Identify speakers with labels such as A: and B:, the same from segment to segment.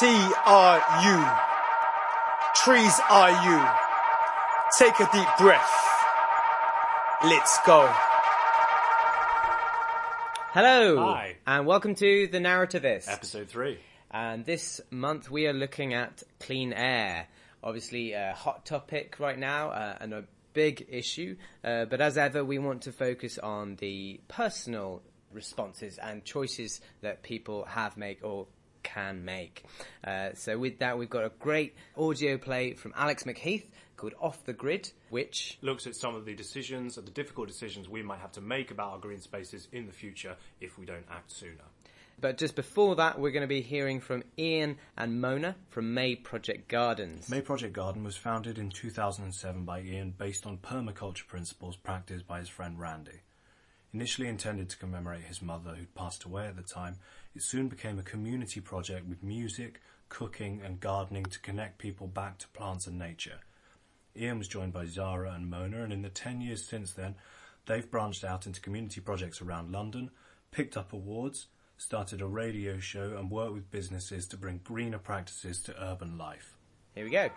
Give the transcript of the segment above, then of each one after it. A: T R U. Trees are you. Take a deep breath. Let's go.
B: Hello,
C: Hi.
B: and welcome to the Narrativist.
C: Episode three.
B: And this month we are looking at clean air. Obviously, a hot topic right now uh, and a big issue. Uh, but as ever, we want to focus on the personal responses and choices that people have make or can make. Uh, so with that, we've got a great audio play from Alex McHeath called "Off the Grid," which
C: Looks at some of the decisions and the difficult decisions we might have to make about our green spaces in the future if we don't act sooner.
B: But just before that, we're going to be hearing from Ian and Mona from May Project Gardens.
C: May Project Garden was founded in 2007 by Ian based on permaculture principles practiced by his friend Randy. Initially intended to commemorate his mother, who'd passed away at the time, it soon became a community project with music, cooking, and gardening to connect people back to plants and nature. Ian was joined by Zara and Mona, and in the 10 years since then, they've branched out into community projects around London, picked up awards, started a radio show, and worked with businesses to bring greener practices to urban life.
B: Here we go.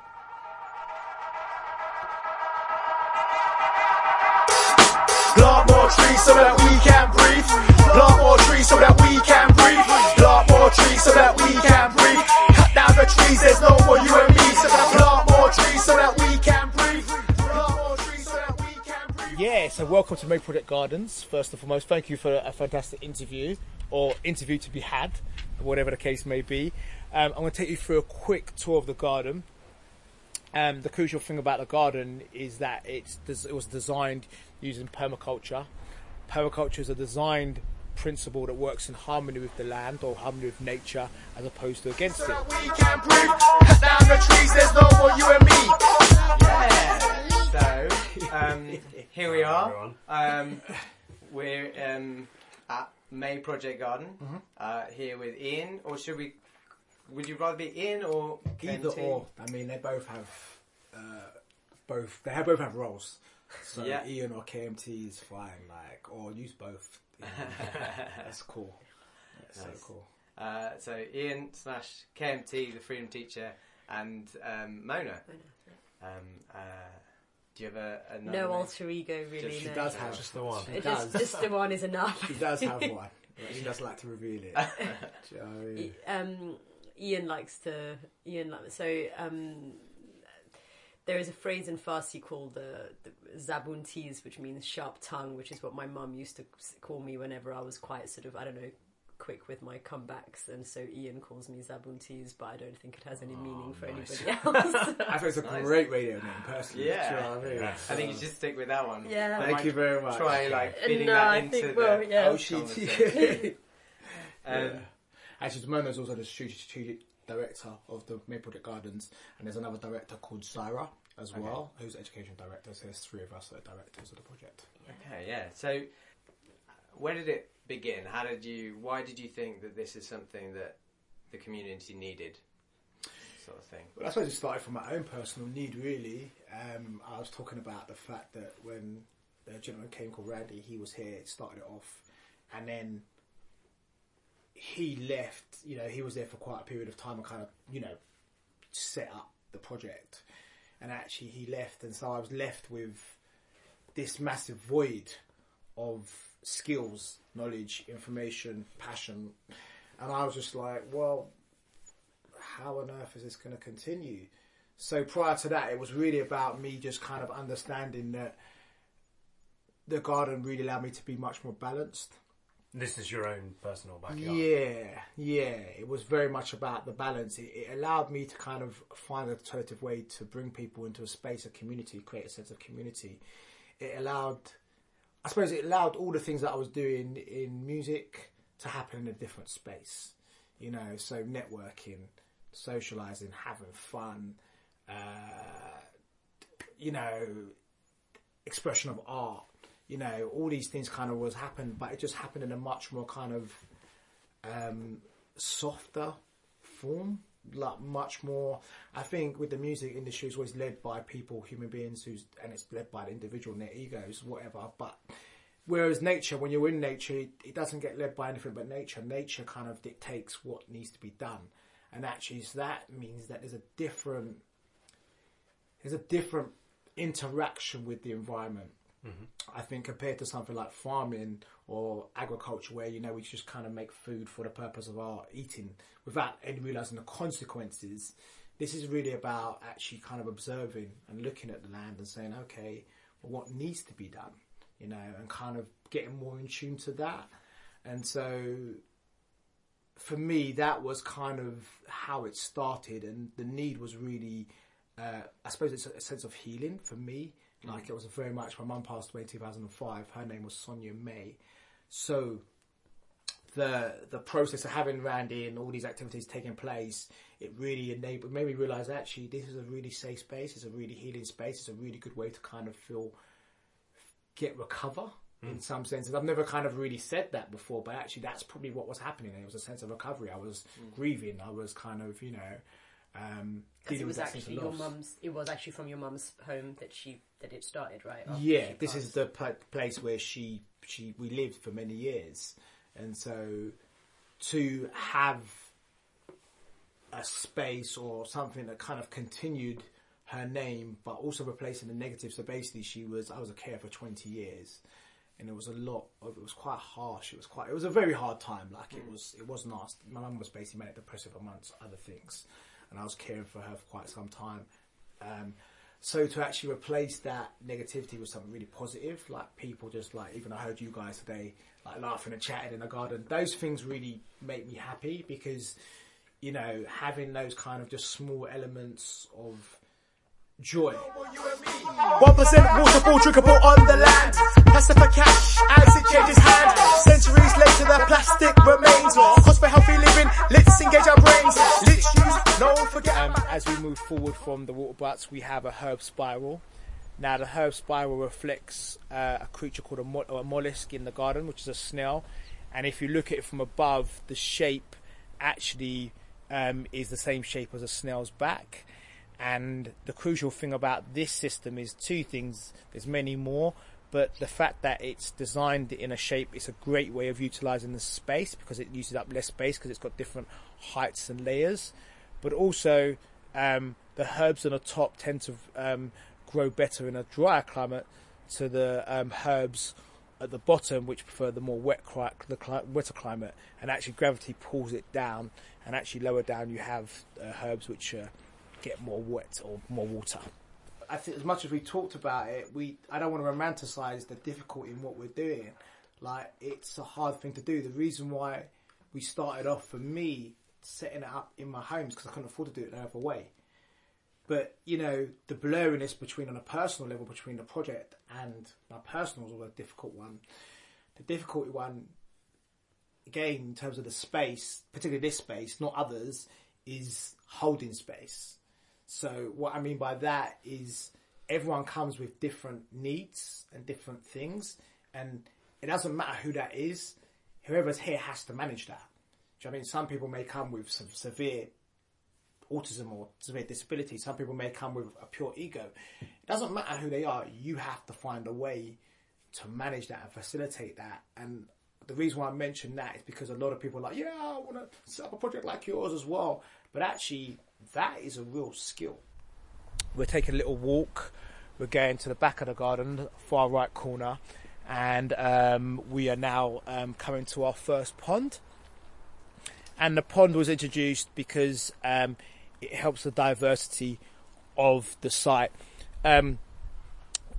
A: Plant more trees so that we can breathe. Plant more trees so that we can breathe. Plant more trees so that we can breathe. Cut down the trees, there's no more you and me. So plant more trees so that we can breathe. Plant more trees so that we can breathe.
D: Yeah, so welcome to May Product Gardens. First and foremost, thank you for a fantastic interview or interview to be had, whatever the case may be. Um, I'm going to take you through a quick tour of the garden. Um, the crucial thing about the garden is that it's des- it was designed using permaculture. Permaculture is a designed principle that works in harmony with the land or harmony with nature as opposed to against
A: So
D: it.
A: that we can breathe. Cut down the trees, there's no more you and me.
B: So, um, here we are.
C: everyone.
B: Um, we're um, at May Project Garden
E: Mm-hmm.
B: uh, here with Ian, or should we? Would you rather be Ian or
E: Either
B: Kenty?
E: or. I mean, they both have uh, both. They have both have roles. So
B: Yeah.
E: Ian or KMT is fine. Like, or use both. That's cool. That's so cool.
B: Uh, so Ian slash KMT, the Freedom Teacher, and um, Mona. Um, uh, do you have a, another
F: No
B: name?
F: alter ego, really.
E: She
F: no.
E: does have
C: Just the one.
E: She
F: It
E: does.
F: just, just the one is enough.
E: she does have one. But she does like to reveal it. Do you know what I mean?
F: um, Ian likes to. Ian likes so. Um, there is a phrase in Farsi called the, the zabun tease, which means sharp tongue, which is what my mum used to s- call me whenever I was quite sort of I don't know quick with my comebacks, and so Ian calls me zabun tease, but I don't think it has any
E: Oh,
F: meaning for anybody else.
E: I think it's a great radio name, personally. do you
B: Yeah.
E: know what I mean?
B: I think you should stick with that one.
F: Yeah, that
B: That
F: one.
E: Thank you very much.
B: Try like fitting
F: Uh, no,
B: that
F: I
B: into
F: think
B: the
F: well, yeah.
E: Oh, she.
B: um,
E: Actually, Mona's also the strategic director of the Maple Gardens, and there's another director called Sarah as well, who's education director. So there's three of us that are directors of the project.
B: Okay, yeah. So, where did it begin? How did you? Why did you think that this is something that the community needed, sort of thing?
E: Well, I suppose it started from my own personal need, really. Um, I was talking about the fact that when the gentleman came called Randy, he was here, it started it off, and then he left. You know, he was there for quite a period of time and kind of, you know, set up the project. And actually, he left, and so I was left with this massive void of skills, knowledge, information, passion. And I was just like, well, how on earth is this going to continue? So prior to that, it was really about me just kind of understanding that the garden really allowed me to be much more balanced.
C: This is your own personal backyard.
E: Yeah, yeah. It was very much about the balance. It, it allowed me to kind of find an alternative way to bring people into a space of community, create a sense of community. It allowed, I suppose, it allowed all the things that I was doing in music to happen in a different space. You know, so networking, socializing, having fun, uh, you know, expression of art. You know, all these things kind of was happened, but it just happened in a much more kind of um, softer form, like much more. I think with the music industry, it's always led by people, human beings, who's and it's led by the individual, and their egos, whatever. But Whereas nature, when you're in nature, it, it doesn't get led by anything but nature. Nature kind of dictates what needs to be done, and actually, so that means that there's a different there's a different interaction with the environment. I think compared to something like farming or agriculture, where you know we just kind of make food for the purpose of our eating without any realizing the consequences. This is really about actually kind of observing and looking at the land and saying, okay, well, what needs to be done, you know, and kind of getting more in tune to that. And so for me, that was kind of how it started, and the need was really, uh, I suppose, it's a, a sense of healing for me. Like it was very much. My mum passed away in 2005. Her name was Sonia May, so the the process of having Randy and all these activities taking place, it really enabled made me realize actually this is a really safe space. It's a really healing space. It's a really good way to kind of feel get recover
F: Mm.
E: in some senses. I've never kind of really said that before, but actually that's probably what was happening. It was a sense of recovery. I was grieving. I was kind of you know. Um,
F: Mm. Because
E: dealing
F: it
E: with
F: was
E: that sense of
F: actually your
E: loss.
F: mum's. It was actually from your mum's home that she that it started, right? after
E: yeah
F: she
E: this is
F: passed.
E: the pla- place where she she we lived for many years and so to have a space or something that kind of continued her name but also replacing the negative so basically she was i was a carer for 20 years and it was a lot of it was quite harsh it was quite it was a very hard time like it was it was nasty my mum was basically manic depressive amongst other things and i was caring for her for quite some time um, so to actually replace that negativity with something really positive, like people just like, even I heard you guys today, like laughing and chatting in the garden, those things really make me happy because, you know, having those kind of just small elements of joy.
A: One percent waterfall drinkable on the land. Pass it for cash as it changes hand. Centuries later, the plastic remains. Cost for healthy living. Let's engage our brains. Let's use. No one forget.
D: um, as we move forward from the water butts, we have a herb spiral. Now, the herb spiral reflects uh, a creature called a, mo- a mollusk in the garden, which is a snail. And if you look at it from above, the shape actually um, is the same shape as a snail's back. And the crucial thing about this system is two things. There's many more, but the fact that it's designed in a shape, it's a great way of utilizing the space because it uses up less space because it's got different heights and layers but also um, the herbs on the top tend to um, grow better in a drier climate to the um, herbs at the bottom, which prefer the more wet, cli- the cli- wetter climate, and actually gravity pulls it down, and actually lower down you have uh, herbs which uh, get more wet or more water.
E: I think as much as we talked about it, we I don't want to romanticize the difficulty in what we're doing. Like it's a hard thing to do. The reason why we started off for me setting it up in my homes because I couldn't afford to do it no other way. But you know the blurriness between on a personal level between the project and my personal was a difficult one. The difficulty one again in terms of the space, particularly this space, not others, is holding space. So what I mean by that is everyone comes with different needs and different things, and it doesn't matter who that is. Whoever's here has to manage that. Do you know what I mean? Some people may come with some severe autism or severe disability. Some people may come with a pure ego. It doesn't matter who they are. You have to find a way to manage that and facilitate that. And the reason why I mention that is because a lot of people are like, yeah, I want to set up a project like yours as well. But actually, that is a real skill.
D: we're taking a little walk. We're going to the back of the garden, far right corner, and um, we are now um, coming to our first pond. And the pond was introduced because um, it helps the diversity of the site. Um,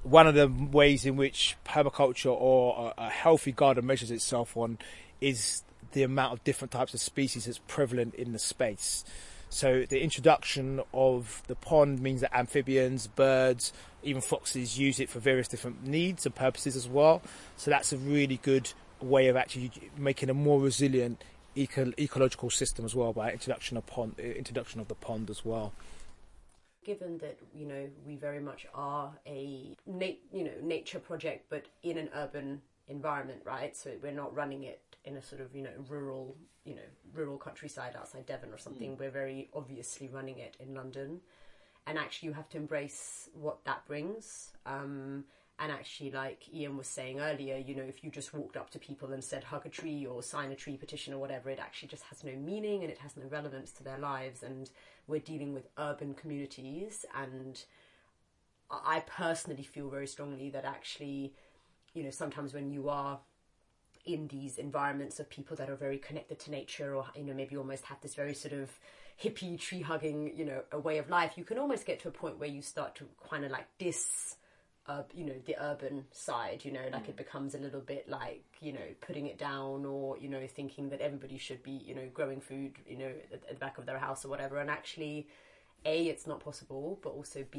D: one of the ways in which permaculture or a, a healthy garden measures itself on is the amount of different types of species that's prevalent in the space. So the introduction of the pond means that amphibians, birds, even foxes use it for various different needs and purposes as well. So that's a really good way of actually making a more resilient eco- ecological system as well by introduction of pond, introduction of the pond as well.
F: given that you know we very much are a nat- you know nature project but in an urban environment right so we're not running it in a sort of you know rural you know rural countryside outside devon or something we're very obviously running it in london and actually you have to embrace what that brings um, And actually, like Ian was saying earlier, you know, if you just walked up to people and said hug a tree or sign a tree petition or whatever, it actually just has no meaning and it has no relevance to their lives. And we're dealing with urban communities. And I I personally feel very strongly that actually, you know, sometimes when you are in these environments of people that are very connected to nature or you know maybe almost have this very sort of hippie tree hugging you know a way of life you can almost get to a point where you start to kind of like dis uh, you know the urban side you know like it becomes a little bit like you know putting it down or you know thinking that everybody should be you know growing food you know at, at the back of their house or whatever and actually a it's not possible but also b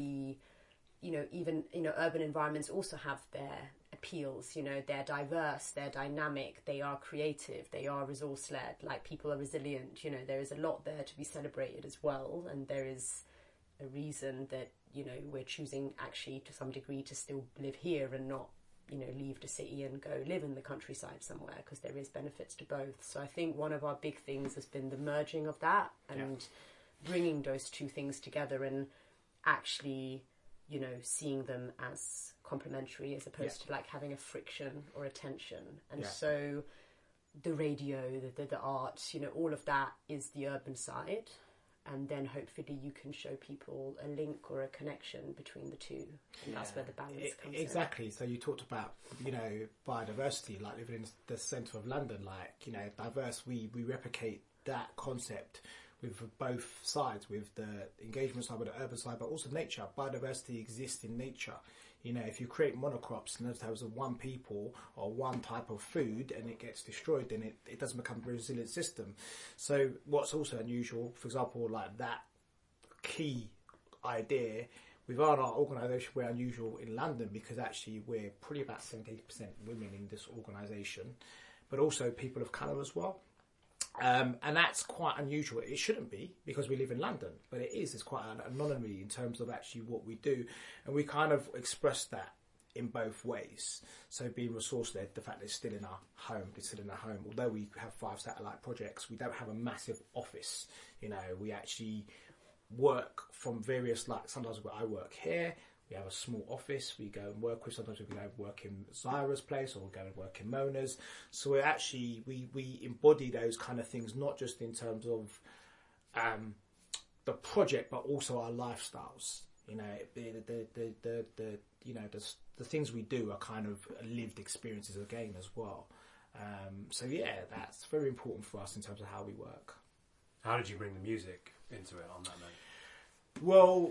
F: you know, even you know, urban environments also have their appeals. You know, they're diverse, they're dynamic, they are creative, they are resource led. Like people are resilient. You know, there is a lot there to be celebrated as well, and there is a reason that you know we're choosing actually to some degree to still live here and not you know leave the city and go live in the countryside somewhere because there is benefits to both. So I think one of our big things has been the merging of that and bringing those two things together and actually you know seeing them as complementary as opposed to like having a friction or a tension and
D: Yeah.
F: so the radio the, the the art you know all of that is the urban side and then hopefully you can show people a link or a connection between the two and that's where the balance
D: E-
F: comes in.
D: Exactly. So you talked about you know biodiversity, like living in the centre of London, like you know diverse. We we replicate that concept with both sides, with the engagement side, with the urban side, but also nature. Biodiversity exists in nature. You know, if you create monocrops and those of one people or one type of food and it gets destroyed, then it, it doesn't become a resilient system. So what's also unusual, for example, like that key idea with our, our organisation. We're unusual in London because actually we're probably about 70% women in this organisation, but also people of colour as well. Um, and that's quite unusual. It shouldn't be because we live in London, but it is. It's quite an anomaly in terms of actually what we do. And we kind of express that in both ways. So being resource led, the fact that it's still in our home, it's still in our home. Although we have five satellite projects, we don't have a massive office. You know, we actually work from various like sometimes where I work here. We have a small office we go and work with. Sometimes we go and work in Zyra's place or we go and work in Mona's. So we actually we we embody those kind of things not just in terms of um, the project, but also our lifestyles. You know, the the the the, the you know the s- the things we do are kind of lived experiences of game as well. Um, so yeah, that's very important for us in terms of how we work.
C: How did you bring the music into it on that note?
D: Well,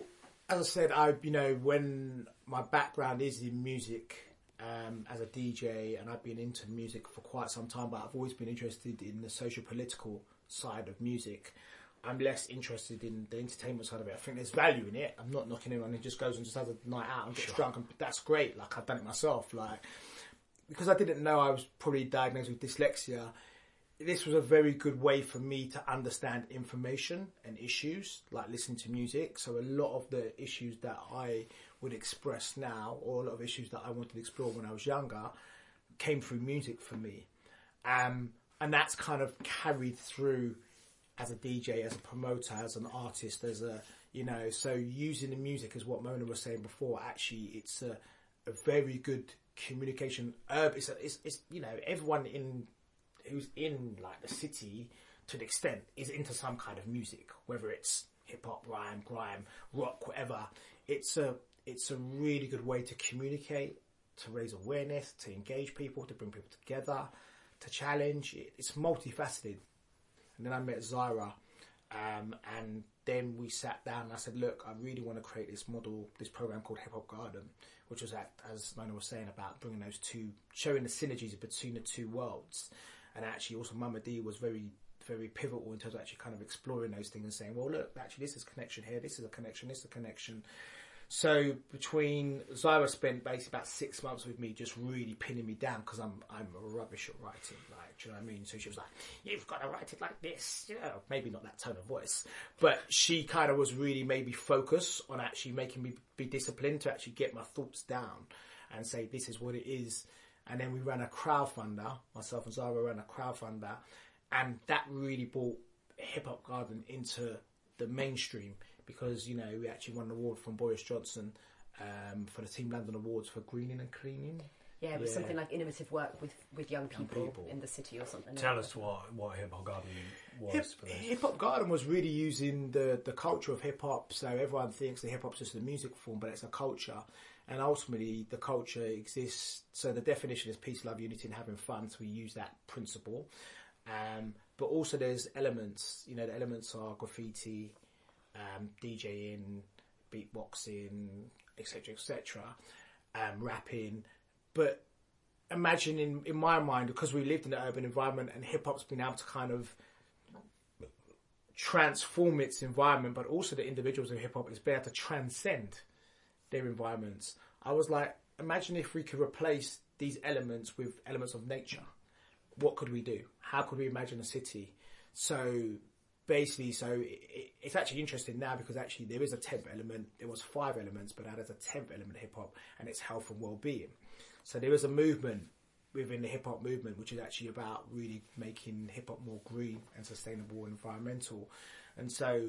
D: as I said, I you know when my background is in music um, as a DJ, and I've been into music for quite some time, but I've always been interested in the social political side of music. I'm less interested in the entertainment side of it. I think there's value in it. I'm not knocking anyone who just goes and just has a night out and gets drunk, and that's great. Like I've done it myself. Like because I didn't know I was probably diagnosed with dyslexia this was a very good way for me to understand information and issues, like listening to music. So a lot of the issues that I would express now, or a lot of issues that I wanted to explore when I was younger, came through music for me. Um, and that's kind of carried through as a DJ, as a promoter, as an artist, as a, you know, so using the music is what Mona was saying before. Actually, it's a, a very good communication herb. It's, a, it's, it's, you know, everyone in who's in like the city to an extent is into some kind of music, whether it's hip hop, rhyme, grime, rock, whatever. It's a it's a really good way to communicate, to raise awareness, to engage people, to bring people together, to challenge. It, it's multifaceted. And then I met Zyra, um, and then we sat down and I said, look, I really want to create this model, this program called Hip Hop Garden, which was at, as Mona was saying about bringing those two, showing the synergies between the two worlds. And actually also Mama D was very, very pivotal in terms of actually kind of exploring those things and saying, well, look, actually this is a connection here. This is a connection. This is a connection. So between Zyra spent basically about six months with me, just really pinning me down because I'm I'm rubbish at writing. Like, do you know what I mean? So she was like, "You've got to write it like this." You know, maybe not that tone of voice, but she kind of was really maybe focus on actually making me be disciplined to actually get my thoughts down and say this is what it is. And then we ran a crowdfunder. Myself and Zyra ran a crowdfunder, and that really brought Hip Hop Garden into the mainstream because you know we actually won an award from Boris Johnson
E: um, for the Team London Awards for greening and cleaning.
G: Yeah, it was
E: Yeah.
G: something like innovative work with, with young people,
E: people.
G: in the city or something.
C: Tell us what, what hip hop gardening was for this.
E: Hip Hop Garden was really using the, the culture of hip hop. So everyone thinks that hip hop's just a music form, but it's a culture. And ultimately, the culture exists. So the definition is peace, love, unity, and having fun. So we use that principle. Um, but also, there's elements. You know, the elements are graffiti, um, DJing, beatboxing, etc., etc., um, rapping. But imagine in, in my mind, because we lived in an urban environment and hip hop's been able to kind of transform its environment, but also the individuals in hip hop is better to transcend their environments. I was like, imagine if we could replace these elements with elements of nature. What could we do? How could we imagine a city? So basically, so it, it- it's actually interesting now because actually there is a tenth element. There was five elements, but now there's a tenth element of hip hop, and it's health and well-being. So there is a movement within the hip hop movement, which is actually about really making hip hop more green and sustainable and environmental. And so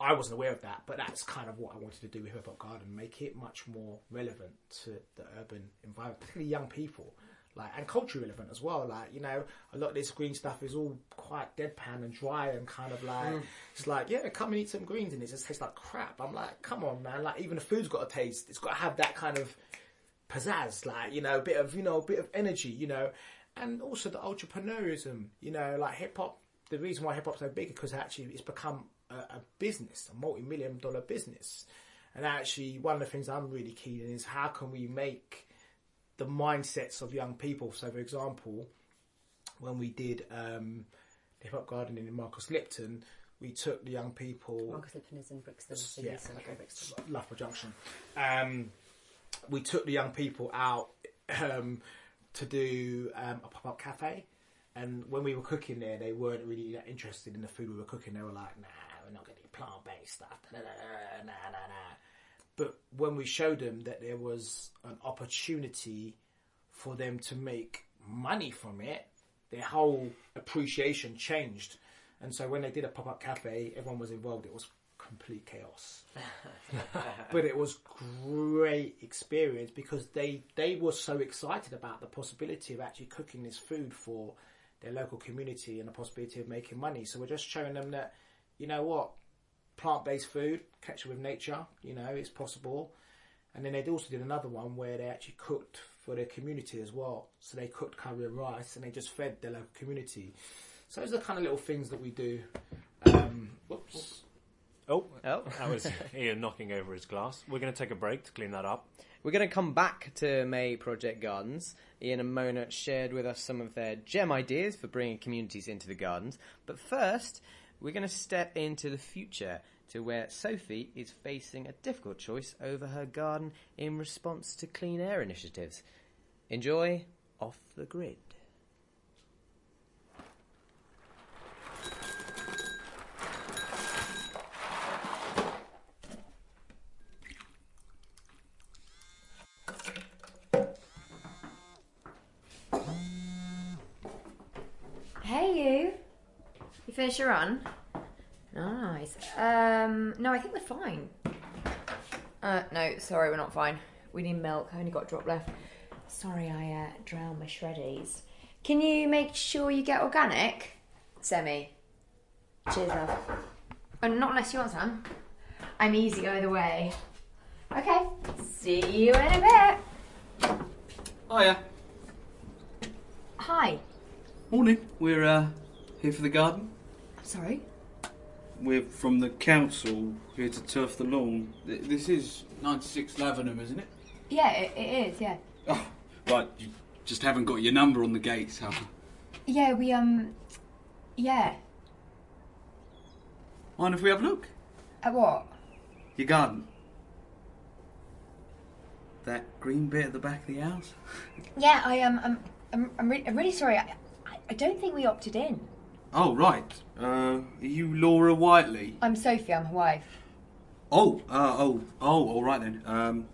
E: I wasn't aware of that, but that's kind of what I wanted to do with Hip Hop Garden, make it much more relevant to the urban environment, particularly young people. Like and culturally relevant as well. Like you know, a lot of this green stuff is all quite deadpan and dry and kind of like it's like yeah, come and eat some greens and it just tastes like crap. I'm like, come on, man. Like even the food's got a taste. It's got to have that kind of pizzazz, like you know, a bit of you know, a bit of energy, you know, and also the entrepreneurism, you know, like hip hop. The reason why hip hop's so big is because actually it's become a, a business, a multi-million dollar business, and actually one of the things I'm really keen in is how can we make the mindsets of young people. So, for example, when we did um, hip hop gardening in Marcus Lipton, we took the young people.
G: Marcus Lipton is in Brixton. so
E: Yeah,
G: he's in
E: okay.
G: Brixton.
E: Loughborough Junction. Um, we took the young people out um, to do um, a pop up cafe, and when we were cooking there, they weren't really that interested in the food we were cooking. They were like, "Nah, we're not going to eat plant based stuff. Nah, nah, nah, nah, nah, nah." But when we showed them that there was an opportunity for them to make money from it, their whole appreciation changed. And so when they did a pop up cafe, everyone was involved. It was complete chaos but it was great experience because they they were so excited about the possibility of actually cooking this food for their local community and the possibility of making money. So we're just showing them that you know what plant based food catch up with nature, you know, it's possible. And then they also did another one where they actually cooked for their community as well. So they cooked curry and rice and they just fed their local community. So those are the kind of little things that we do. Um, whoops.
C: Oh,
B: Oh.
C: that was Ian knocking over his glass. We're going to take a break to clean that up.
B: We're going to come back to May Project Gardens. Ian and Mona shared with us some of their gem ideas for bringing communities into the gardens. But first, we're going to step into the future to where Sophie is facing a difficult choice over her garden in response to clean air initiatives. Enjoy Off the Grid.
H: Hey you. You finished your run? Nice. Um no, I think we're fine. Uh no, sorry, we're not fine. We need milk. I only got a drop left. Sorry, I uh, drowned my shreddies. Can you make sure you get organic? Semi. Cheers, love. And not unless you want some. I'm easy either way. Okay, see you in a bit.
I: Hiya.
H: Hi.
I: Morning. We're uh, here for the garden.
H: Sorry.
I: We're from the council here to turf the lawn. Th- This is 96 Lavenham, isn't it?
H: Yeah, it, it is, yeah.
I: Oh, right. You just haven't got your number on the gates, have you?
H: Yeah, we, um, yeah.
I: Mind if we have a look?
H: At what?
I: Your garden. That green bit at the back of the house?
H: Yeah, I um, I'm, I'm, I'm, re- I'm really sorry. I, I, I don't think we opted in.
I: Oh, right. Uh, are you Laura Whiteley?
H: I'm Sophie. I'm her wife.
I: Oh, uh, oh, oh, all right then. Um,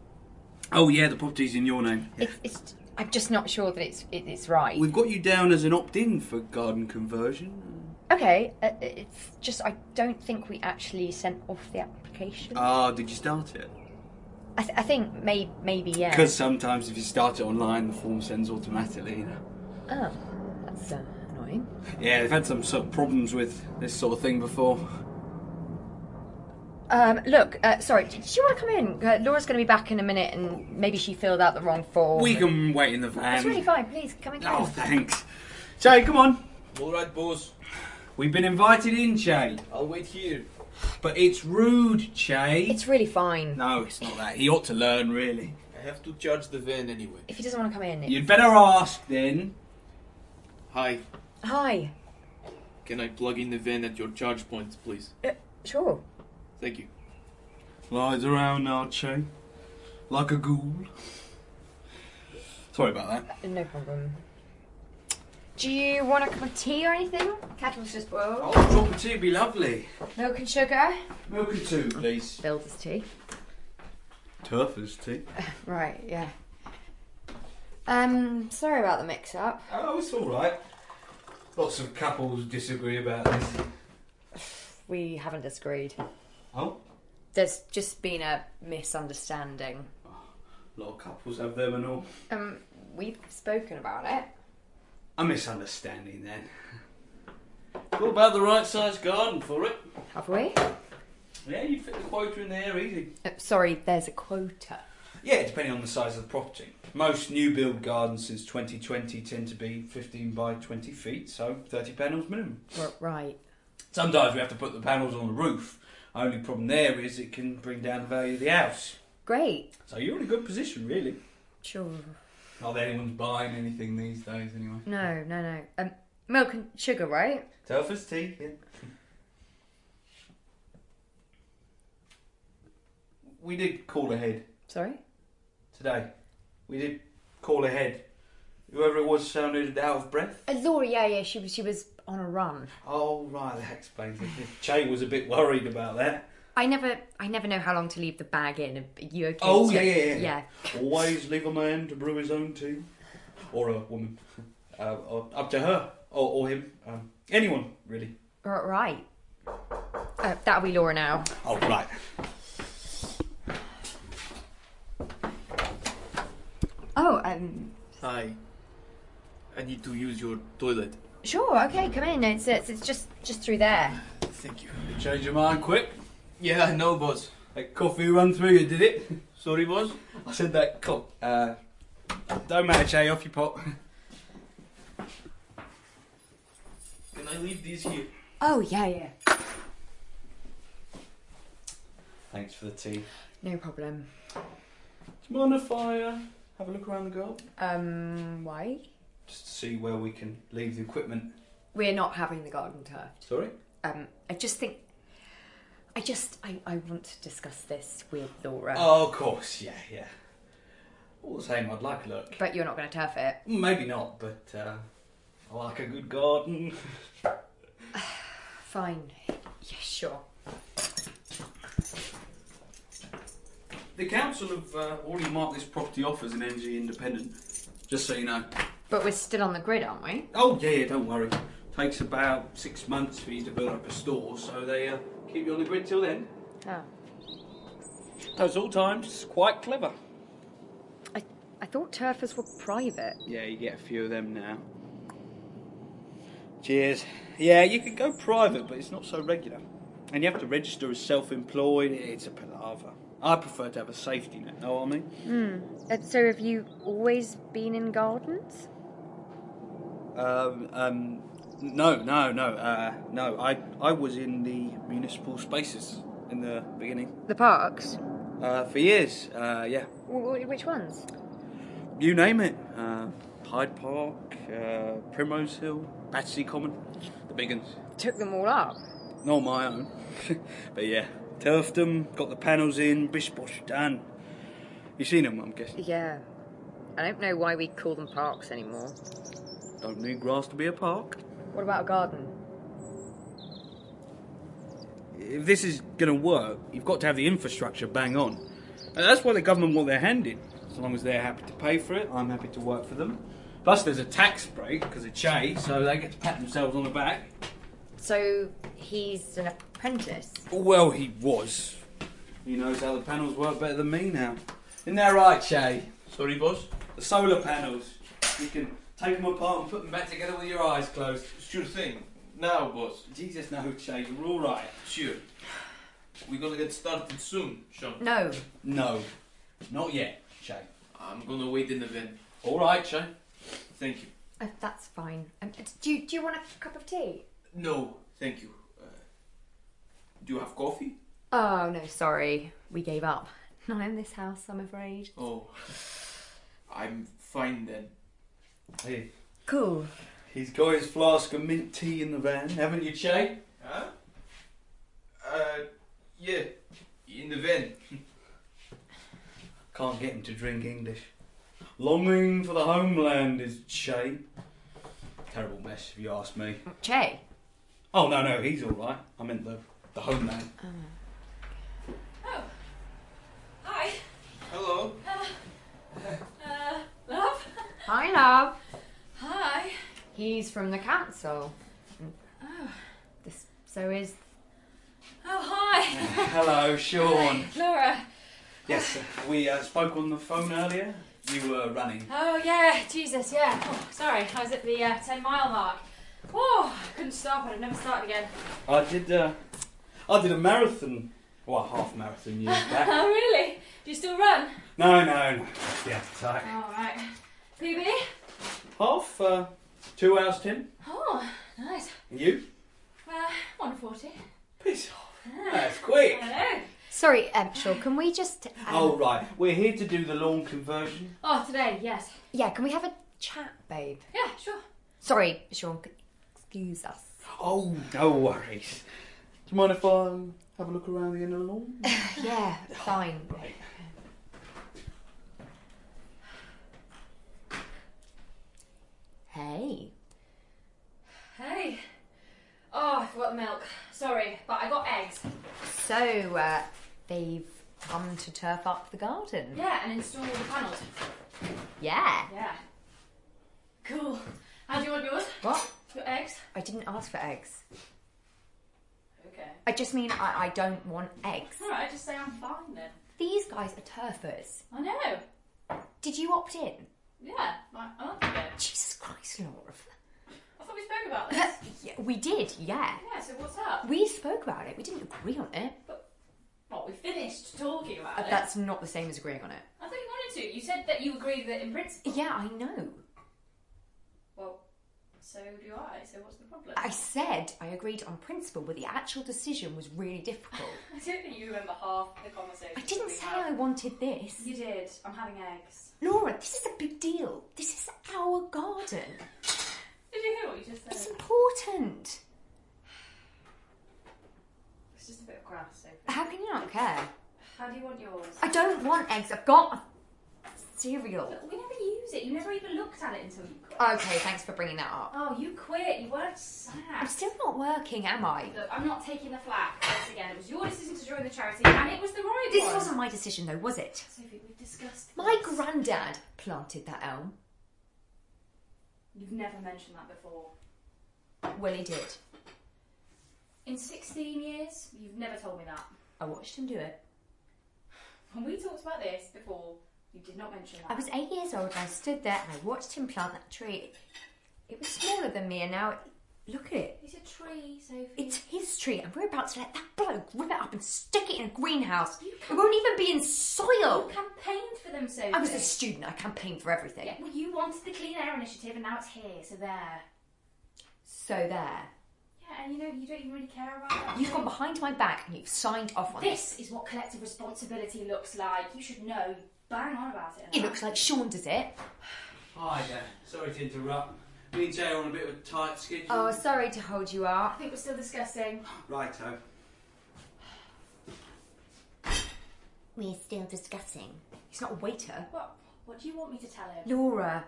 I: oh, yeah, the property's in your name.
H: It, it's, I'm just not sure that it's, it, it's right.
I: We've got you down as an opt in for garden conversion.
H: okay, uh, it's just I don't think we actually sent off the application.
I: Ah, did you start it?
H: I, th- I think may- maybe yeah.
I: Because sometimes if you start it online, the form sends automatically. You know?
H: Oh, that's uh, annoying.
I: Yeah, they've had some sort of problems with this sort of thing before.
H: Um, look, uh, sorry, do you want to come in? Uh, Laura's going to be back in a minute, and maybe she filled out the wrong form.
I: We can wait in the van.
H: It's really fine. Please come in.
I: Oh, thanks. Jay, come on.
J: All right, boss.
I: We've been invited in, Jay.
J: I'll wait here.
I: But it's rude, Jay.
H: It's really fine.
I: No, it's not that. He ought to learn, really.
J: I have to charge the van anyway.
H: If he doesn't want to come in, it-
I: You'd better ask then.
J: Hi.
H: hi.
J: Can I plug in the van at your charge point, please?
H: Sure.
J: Thank you.
I: Lies around now, Jay. Like a ghoul. Sorry about that.
H: No problem. Do you want a cup of tea or anything? Kettle's just boiled.
I: Oh, drop a tea be lovely.
H: Milk and sugar.
I: Milk and two, please.
H: Builder's tea.
I: Turf as tea.
H: Right. Yeah. Um, sorry about the mix-up.
I: Oh, it's all right. Lots of couples disagree about this.
H: We haven't disagreed.
I: Oh,
H: There's just been a misunderstanding.
I: a lot of couples have them and all.
H: Um, we've spoken about it.
I: A misunderstanding then.
J: What about the right size garden for it?
H: Have we?
I: Yeah, you fit the quota in there easy.
H: Uh, sorry, there's a quota.
I: Yeah, depending on the size of the property. Most new build gardens since 2020 tend to be 15 by 20 feet, so 30 panels minimum.
H: R- right.
I: Sometimes we have to put the panels on the roof. Only problem there is it can bring down the value of the house.
H: Great.
I: So you're in a good position, really.
H: Sure.
I: Not that anyone's buying anything these days, anyway.
H: No, no, no. Um, milk and sugar, right?
I: Telfer's tea. Yeah. We did call ahead
H: Sorry.
I: today. We did call ahead. Whoever it was sounded out of breath.
H: Uh, Laura, yeah, yeah. She was, she was on a run.
I: Oh right, that explains it. Che was a bit worried about that.
H: I never, I never know how long to leave the bag in. Are you okay?
I: Oh,
H: to-
I: yeah, yeah, yeah.
H: yeah.
I: Always leave a man to brew his own tea, or a woman, uh, or up to her, or, or him, um, anyone really.
H: R- Right. Uh, that'll be Laura now.
I: Oh right.
H: Oh, um,
J: Hi. I need to use your toilet.
H: sure. Okay, come in. It's it's, it's just just through there.
J: Thank you.
I: Change your mind quick.
J: Yeah, I know, boss.
I: That coffee run through you, did it?
J: Sorry, boss.
I: I said that. Co- uh, don't matter, Che. Off you pop.
J: Can I leave these here?
H: Oh yeah, yeah.
I: Thanks for the tea.
H: No problem.
I: Do you mind if I uh, have a look around the garden?
H: Um, why?
I: Just to see where we can leave the equipment.
H: We're not having the garden turf.
I: Sorry.
H: Um, I just think. I just I, I want to discuss this with Laura,
I: Oh, of course, yeah, yeah. All the same, I'd like a look.
H: but you're not going to turf it.
I: Maybe not, but uh, I like a good garden.
H: Fine. Yeah, sure.
I: The council have uh, already marked this property off as an energy independent, just so you know.
H: But we're still on the grid, aren't we?
I: Oh, yeah, yeah, don't worry. Takes about six months for you to build up a store, so they uh, keep you on the grid till then.
H: Oh.
I: Those all times, it's quite clever.
H: I I thought turfers were private.
I: Yeah, you get a few of them now. Cheers. Yeah, you can go private, but it's not so regular. And you have to register as self employed. It's a palaver. I prefer to have a safety net, know what I mean?
H: Uh, so have you always been in gardens?
I: Um, um, no, no, no, uh, no. I, I was in the municipal spaces in the beginning
H: The parks.
I: uh, for years. Uh, yeah,
H: W- which ones?
I: you name it. Uh, Hyde Park, uh, Primrose Hill, Battersea Common, the big ones.
H: Took them all up.
I: Not my own. but yeah, turfed them, got the panels in, bish bosh done. You seen them, I'm guessing.
H: Yeah. I don't know why we call them parks anymore.
I: Don't need grass to be a park.
H: What about a garden?
I: If this is going to work, you've got to have the infrastructure bang on. And that's why the government want their hand in. As long as they're happy to pay for it, I'm happy to work for them. Plus, there's a tax break because of Che, so they get to pat themselves on the back.
H: So he's an apprentice.
I: Well, he was. He knows how the panels work better than me now. Isn't that right, Shay?
J: Sorry, boss.
I: The solar panels. You can take them apart and put them back together with your eyes closed.
J: Sure thing. Now, boss.
I: Jesus, no, Shay, you're all right.
J: Sure. We're gonna get started soon, Sean.
H: No.
I: No, not yet, Shay.
J: I'm gonna wait in the van.
I: All right, Shay.
J: Thank you.
H: Uh, that's fine. Um, uh, do, you, do you want a cup of tea?
J: No, thank you. Uh, do you have coffee?
H: Oh, no, sorry. We gave up. Not in this house, I'm afraid.
J: Oh, I'm fine then.
I: Hey,
H: Cool.
I: he's got his flask of mint tea in the van, haven't you, Shay?
J: Huh? Uh, yeah, in the van.
I: Can't get him to drink English. Longing for the homeland is Shay. Terrible mess, if you ask me.
H: Che.
I: Oh no, no, he's all right. I meant the the homeland.
K: Hi.
J: Hello.
K: Uh, love?
H: Hi, love.
K: Hi.
H: He's from the council.
K: Oh.
H: This, so is.
K: Oh, hi.
I: Hello, Sean.
K: Laura.
I: Yes, we uh, spoke on the phone earlier. You were running.
K: Oh, yeah. Jesus, yeah. Oh, sorry. I was at the uh, 10 mile mark. Oh, I couldn't stop and I never started again.
I: I did. Uh, I did a marathon. Well, half marathon years back.
K: Oh, really? Do you still run?
I: No, no, no. Yeah, sorry.
K: All right. PB?
I: Half. Uh, two hours ten.
K: Oh, nice.
I: And you?
K: Uh, 140.
I: Piss off. That's quick.
K: Hello.
H: Sorry, um, Shaw, can we just. Um,
I: Oh right, we're here to do the lawn conversion.
K: Oh, today, yes.
H: Yeah, can we have a chat, babe?
K: Yeah, sure.
H: Sorry, Sean, c- excuse us.
I: Oh, no worries. Do you mind if I have a look around the end of the lawn?
H: Yeah, fine.
I: Right.
H: Hey.
K: Hey. Oh, I forgot the milk. Sorry, but I got eggs.
H: So, uh, they've come to turf up the garden.
K: Yeah, and install all the panels.
H: Yeah.
K: Yeah. Cool. How do you want yours?
H: What?
K: Your eggs?
H: I didn't ask for eggs.
K: Okay.
H: I just mean I, I don't want eggs.
K: Alright, just say I'm fine then.
H: These guys are turfers.
K: I know.
H: Did you opt in?
K: Yeah, like, I like it.
H: Jesus Christ, Laura.
K: I thought we spoke about this.
H: yeah, we did, yeah.
K: yeah, so what's up?
H: We spoke about it. We didn't agree on it.
K: Well, we finished talking about
H: Uh,
K: it.
H: That's not the same as agreeing on it.
K: I thought you wanted to. You said that you agreed with it in principle.
H: Yeah, I know.
K: Well, so do I, so what's the problem?
H: I said I agreed on principle, but the actual decision was really difficult.
K: I don't think you remember half the conversation.
H: I didn't
K: we
H: say
K: had.
H: I wanted this.
K: You did. I'm having eggs.
H: Laura, this is a big deal. This is our garden.
K: Did you hear what you just
H: It's
K: said?
H: important.
K: It's just a bit of grass. So
H: How can you not care?
K: How do you want yours?
H: I don't want eggs. I've got cereal.
K: But we never use it. You never even looked at it until you quit.
H: Okay, thanks for bringing that up.
K: oh, you quit. You weren't
H: I'm
K: sad.
H: still not working, am I?
K: Look, I'm not taking the flak. Once again, it was your decision to join the charity, and it was the right
H: This
K: one.
H: wasn't my decision, though, was it?
K: Sophie, we've discussed.
H: My
K: this.
H: granddad planted that elm.
K: You've never mentioned that before.
H: Well, he did.
K: In 16 years, you've never told me that.
H: I watched him do it.
K: When we talked about this before, you did not mention that.
H: I was eight years old and I stood there and I watched him plant that tree. It was smaller than me and now it, look at it.
K: It's a tree, Sophie.
H: It's his tree and we're about to let that bloke rip it up and stick it in a greenhouse. It won't even be in
K: You
H: soil.
K: campaigned for them, Sophie.
H: I was a student, I campaigned for everything.
K: Yeah, well, you wanted the Clean Air Initiative, and now it's here, so there.
H: So there.
K: Yeah, and you know, you don't even really care about that.
H: You've gone behind my back and you've signed off on this.
K: This is what collective responsibility looks like. You should know. Bang on about it.
H: It looks like Sean does it.
I: Hi there. Sorry to interrupt. Me and Jay are on a bit of a tight schedule.
H: Oh, sorry to hold you
K: I
H: up.
K: think we're still discussing.
I: Righto.
H: We're still discussing. He's not a waiter.
K: What? What do you want me to tell him?
H: Laura,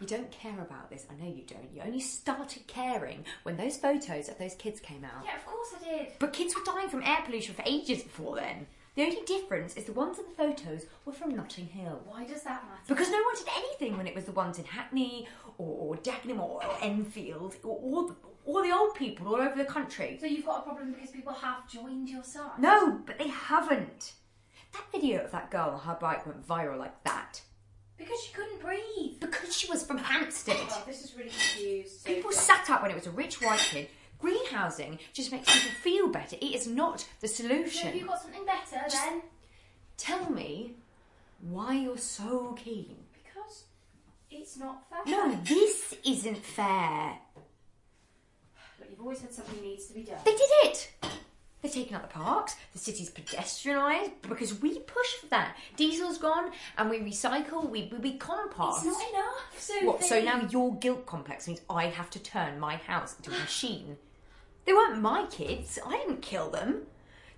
H: you don't care about this. I know you don't. You only started caring when those photos of those kids came out.
K: Yeah, of course I did.
H: But kids were dying from air pollution for ages before then. The only difference is the ones in the photos were from Notting Hill.
K: Why does that matter?
H: Because no one did anything when it was the ones in Hackney or, or Dagenham or Enfield or, or the, all the old people all over the country.
K: So you've got a problem because people have joined your side.
H: No, but they haven't. That video of that girl on her bike went viral like that.
K: Because she couldn't breathe.
H: Because she was from Hampstead.
K: Oh, this is really confused.
H: People sat up when it was a rich white kid. Greenhousing just makes people feel better. It is not the
K: So have you
H: solution.
K: got something better
H: Just-
K: then?
H: Tell me why you're so keen.
K: Because it's not fair.
H: No, this isn't fair.
K: Look, you've always said something needs to be done.
H: They did it! They're taking out the parks, the city's pedestrianised, because we push for that. Diesel's gone, and we recycle, we, we, we compost.
K: It's not enough. So
H: What,
K: they-
H: so now your guilt complex means I have to turn my house into a machine. They weren't my kids. I didn't kill them.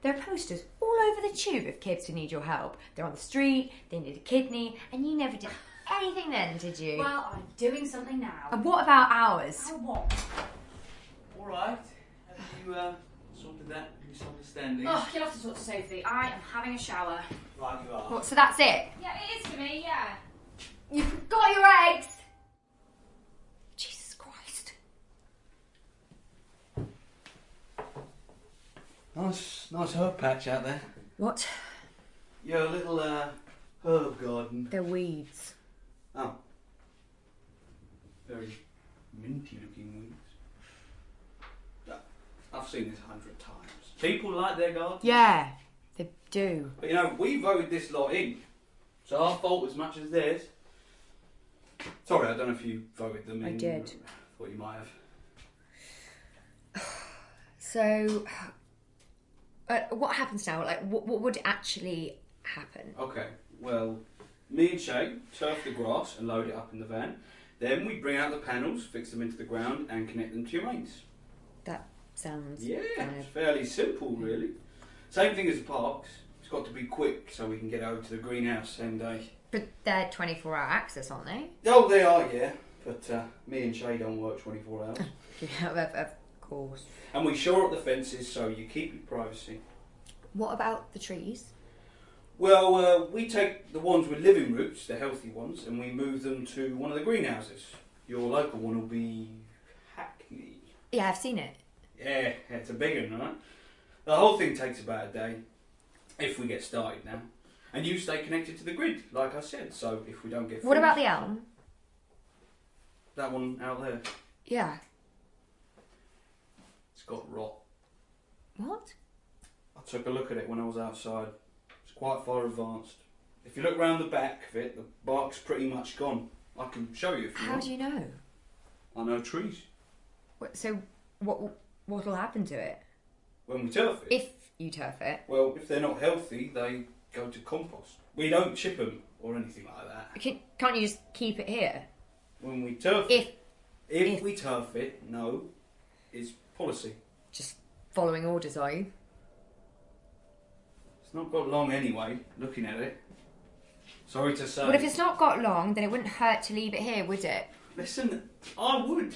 H: There are posters all over the tube of kids who need your help. They're on the street, they need a kidney, and you never did anything then, did you?
K: Well, I'm doing something now.
H: and what about ours?
K: I want.
I: All right. Have you uh, sorted that misunderstanding?
K: Oh, you'll have to talk to Sophie. I am having a shower.
I: Right, you are.
H: What, so that's it?
K: Yeah, it is for me, yeah.
H: You forgot your eggs! Jesus Christ.
I: Nice, nice herb patch out there.
H: What?
I: Your little uh, herb garden.
H: They're weeds.
I: Oh. Very minty looking weeds. Uh, I've seen this a hundred times. People like their garden.
H: Yeah, they do.
I: But you know, we voted this lot in. So our fault as much as theirs. Sorry, I don't know if you voted them
H: I
I: in.
H: did.
I: Thought you might have.
H: So, uh, what happens now? Like, what, what would actually happen?
I: Okay, well, me and Shay turf the grass and load it up in the van. Then we bring out the panels, fix them into the ground, and connect them to your mains.
H: That sounds
I: Yeah,
H: kind
I: it's
H: of-
I: fairly simple, really. Same thing as parks. It's got to be quick so we can get over to the greenhouse same day.
H: But they're 24 hour access, aren't they?
I: Oh, they are, yeah. But uh, me and Shay don't work 24 hours.
H: Yeah, of, of course.
I: and we shore up the fences so you keep your privacy.
H: What about the trees?
I: Well, uh, we take the ones with living roots, the healthy ones, and we move them to one of the greenhouses. Your local one will be Hackney.
H: Yeah, I've seen it.
I: Yeah, it's a big one, right? The whole thing takes about a day, if we get started now. And you stay connected to the grid, like I said, so if we don't get
H: What about the
I: finished-
H: elm?
I: That one out there,
H: Yeah.
I: it's got rot.
H: What?
I: I took a look at it when I was outside. It's quite far advanced. If you look round the back of it, the bark's pretty much gone. I can show you if you
H: How
I: want.
H: do you know?
I: I know trees.
H: What, so, what what'll happen to it
I: When we turf it,
H: if you turf it?
I: well, if they're not healthy, they go to compost. We don't chip them or anything like that.
H: Can, can't you just keep it here?
I: When we turf
H: If
I: If,
H: If-
I: we turf it, no, it's policy.
H: just following orders, are you?
I: It's not got long anyway, looking at it. Sorry to say.
H: Well, if it's not got long, then it wouldn't hurt to leave it here, would it?
I: Listen, I would.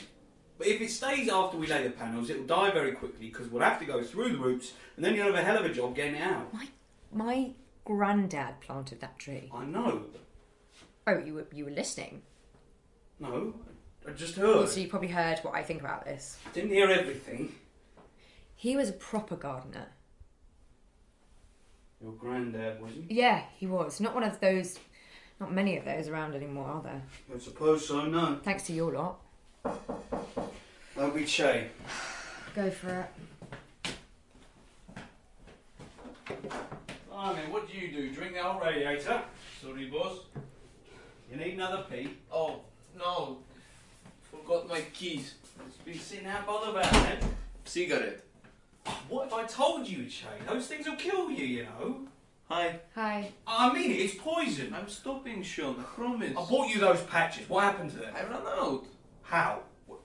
I: But if it stays after we lay the panels, it'll die very quickly because we'll have to go through the roots and then you'll have a hell of a job getting it out.
H: My my granddad planted that tree.
I: I know.
H: Oh, you were you were listening.
I: No, I just
H: Well,
I: heard.
H: so you probably heard what I think about this.
I: I didn't hear everything.
H: He was a proper gardener.
I: Your granddad, wasn't he?
H: Yeah, he was. Not one of those. Not many of those around anymore, are there?
I: I suppose so, no.
H: Thanks to your lot.
I: That'll be Che.
H: Go for it.
I: I mean, what do you do? Drink the old radiator?
E: Sorry, boss.
I: You need another pee?
E: Oh, no. Forgot my keys.
I: It's been sitting out by the van then.
E: Cigarette.
I: What if I told you, Che? Those things will kill you, you know.
E: Hi.
H: Hi.
I: I mean it, it's poison. I
E: I'm stopping, Sean. I promise.
I: bought you those patches. What happened to them?
E: I ran out.
I: How?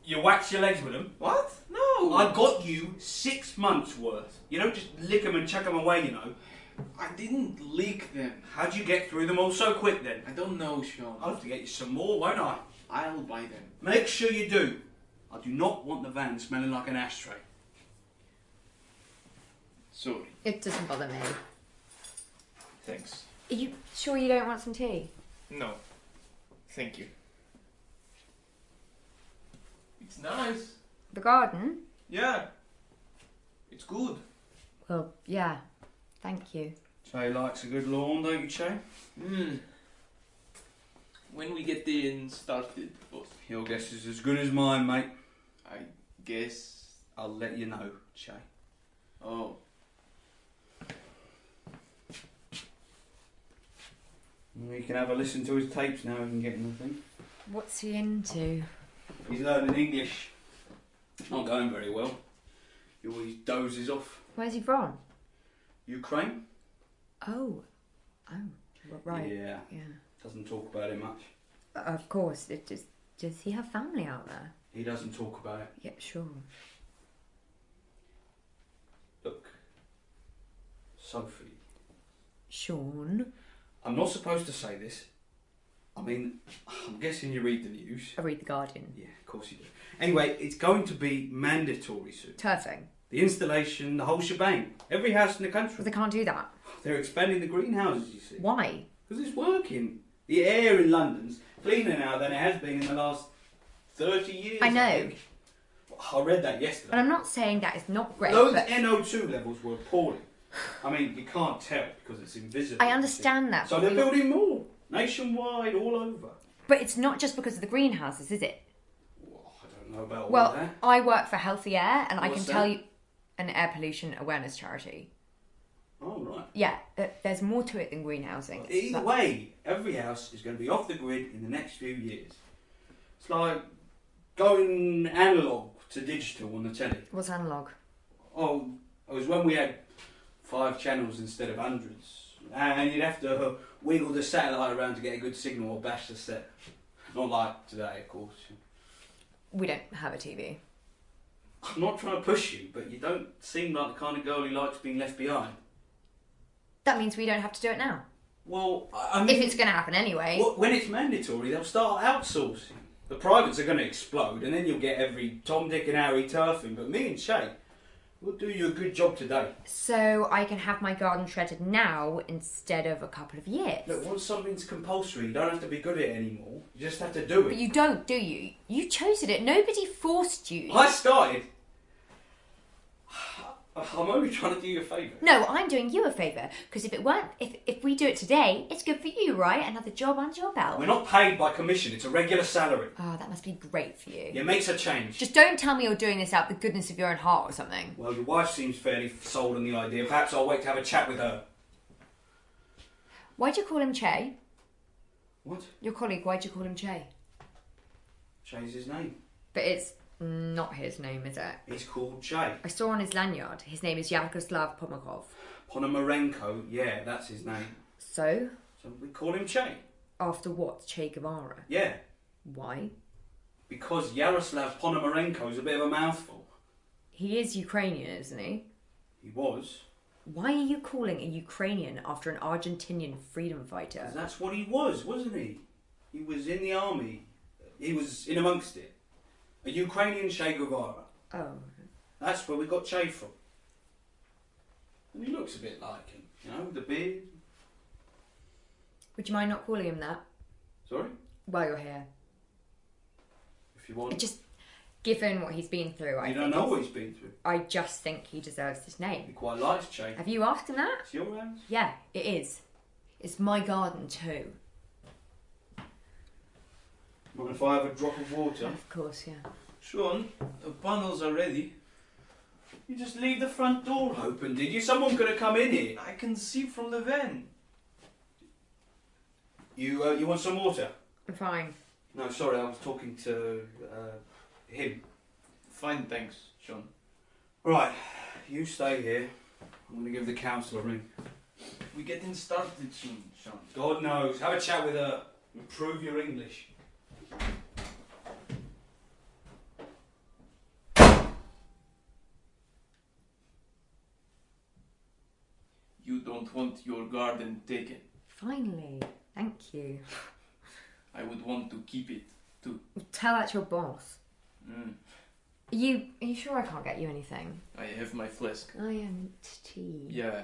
I: You wax your legs with them?
E: What? No.
I: I got you six months worth. You don't just lick them and chuck them away, you know.
E: I didn't leak them.
I: How'd you get through them all so quick then?
E: I don't know, Sean.
I: I'll have to get you some more, won't I?
E: I'll buy them.
I: Make sure you do. I do not want the van smelling like an ashtray.
E: Sorry.
H: It doesn't bother me. Are
E: Thanks.
H: you sure you don't want some tea?
E: No. Thank you. It's nice.
H: The garden?
I: Yeah. It's good.
H: Well, yeah. Thank you.
I: Che likes a good lawn, don't you, Che?
L: Hmm. When we get the end started, boss.
I: Your guess is as good as mine, mate. I guess I'll let you know, Che.
L: Oh.
I: You can have a listen to his tapes now if you can get nothing.
H: What's he into?
I: He's learning English. It's not going very well. He always dozes off.
H: Where's he from?
I: Ukraine?
H: Oh. Oh, w- right.
I: Yeah.
H: Yeah.
I: Doesn't talk about it much.
H: Uh, of course. It just, does he have family out there?
I: He doesn't talk about it.
H: Yeah, sure.
I: Look, Sophie,
H: Sean?
I: I'm not supposed to say this. I mean, I'm guessing you read the news.
H: I read The Guardian.
I: Yeah, of course you do. Anyway, it's going to be mandatory soon.
H: Turfing.
I: The installation, the whole shebang. Every house in the country.
H: But they can't do that.
I: They're expanding the greenhouses, you see.
H: Why?
I: Because it's working. The air in London's cleaner now than it has been in the last 30 years.
H: I know.
I: think. I read that yesterday.
H: And I'm not saying that it's not great,
I: Those
H: but
I: NO2 levels were appalling. I mean, you can't tell because it's invisible.
H: I understand that.
I: So
H: but
I: they're
H: we-
I: building more nationwide, all over.
H: But it's not just because of the greenhouses, is it?
I: I don't know about all
H: well,
I: that.
H: I work for Healthy Air, and I can
I: What's
H: tell
I: that?
H: you an air pollution awareness charity.
I: Oh, right.
H: Yeah, th- there's more to it than greenhousing.
I: Either
H: But-
I: way, every house is going to be off the grid in the next few years. It's like going analog to digital on the telly.
H: What's analog?
I: Oh, it was when we had five channels instead of hundreds, and you'd have to wiggle the satellite around to get a good signal or bash the set. Not like today, of course.
H: We don't have a TV.
I: I'm not trying to push you, but you don't seem like the kind of girl who likes being left behind.
H: That means we don't have to do it now.
I: Well, I I mean,
H: if it's going to happen anyway.
I: Wh- When it's mandatory, they'll start outsourcing. The privates are going to explode, and then you'll get every Tom, Dick, and Harry turfing. But me and Shay, we'll do you a good job today.
H: So I can have my garden shredded now instead of a couple of years.
I: Look, once something's compulsory, you don't have to be good at it anymore. You just have to do
H: But
I: it.
H: you don't, do you? You chose it. Nobody forced you.
I: I started. I'm only trying to do you a favour.
H: No, I'm doing you a favour because if it weren't, if if we do it today, it's good for you, right? Another job under your belt.
I: We're not paid by commission, it's a regular salary.
H: Oh, that must be great for you.
I: It makes a change.
H: Just don't tell me you're doing this out of the goodness of your own heart or something.
I: Well, your wife seems fairly sold on the idea. Perhaps I'll wait to have a chat with her.
H: Why'd you call him Che?
I: What?
H: Your colleague, why'd you call him Che?
I: Change his name.
H: But it's not his name, is it?
I: He's called Jay.
H: I saw on his lanyard his name is Yaroslav Pomokov.
I: Ponomarenko, yeah, that's his name.
H: So,
I: So we call him Che.
H: after what? Che Guevara?
I: Yeah,
H: Why?
I: because Yaroslav Ponomarenko is a bit of a mouthful.
H: He is Ukrainian, isn't he?
I: He was.
H: Why are you calling a Ukrainian after an Argentinian freedom fighter?
I: 'Cause That's what he was, wasn't he? He was in the army. He was in amongst it. A Ukrainian Che Guevara.
H: Oh,
I: That's where we got Che from. And he looks a bit like him, you know, the beard.
H: would you mind not calling him that
I: Sorry?
H: while you're here?
I: If you want.
H: Just given what he's been through, I
I: you don't
H: think
I: know what
H: it's-
I: he's been through.
H: I just think he deserves this
I: He
H: name.
I: quite likes Che.
H: Have you asked him that?
I: It's your house.
H: Yeah, it is. It's my garden too.
I: Mind if I have a drop of water?
H: Of course, yeah.
L: Sean, the panels are ready.
I: You just leave the front door open, did you? Someone could have come in here.
L: I can see from the van.
I: You, uh, you want some water?
H: I'm fine.
I: No, sorry, I was talking to uh, him.
L: Fine, thanks, Sean.
I: Right, you stay here. I'm going to give the council a ring.
L: We're getting started soon, Sean.
I: God knows. Have a chat with her. Improve your English.
L: You don't want your garden taken.
H: Finally, thank you.
L: I would want to keep it too.
H: Tell that to your boss.
L: Mm.
H: Are you are you sure I can't get you anything?
L: I have my flask.
H: I am tea.
L: Yeah.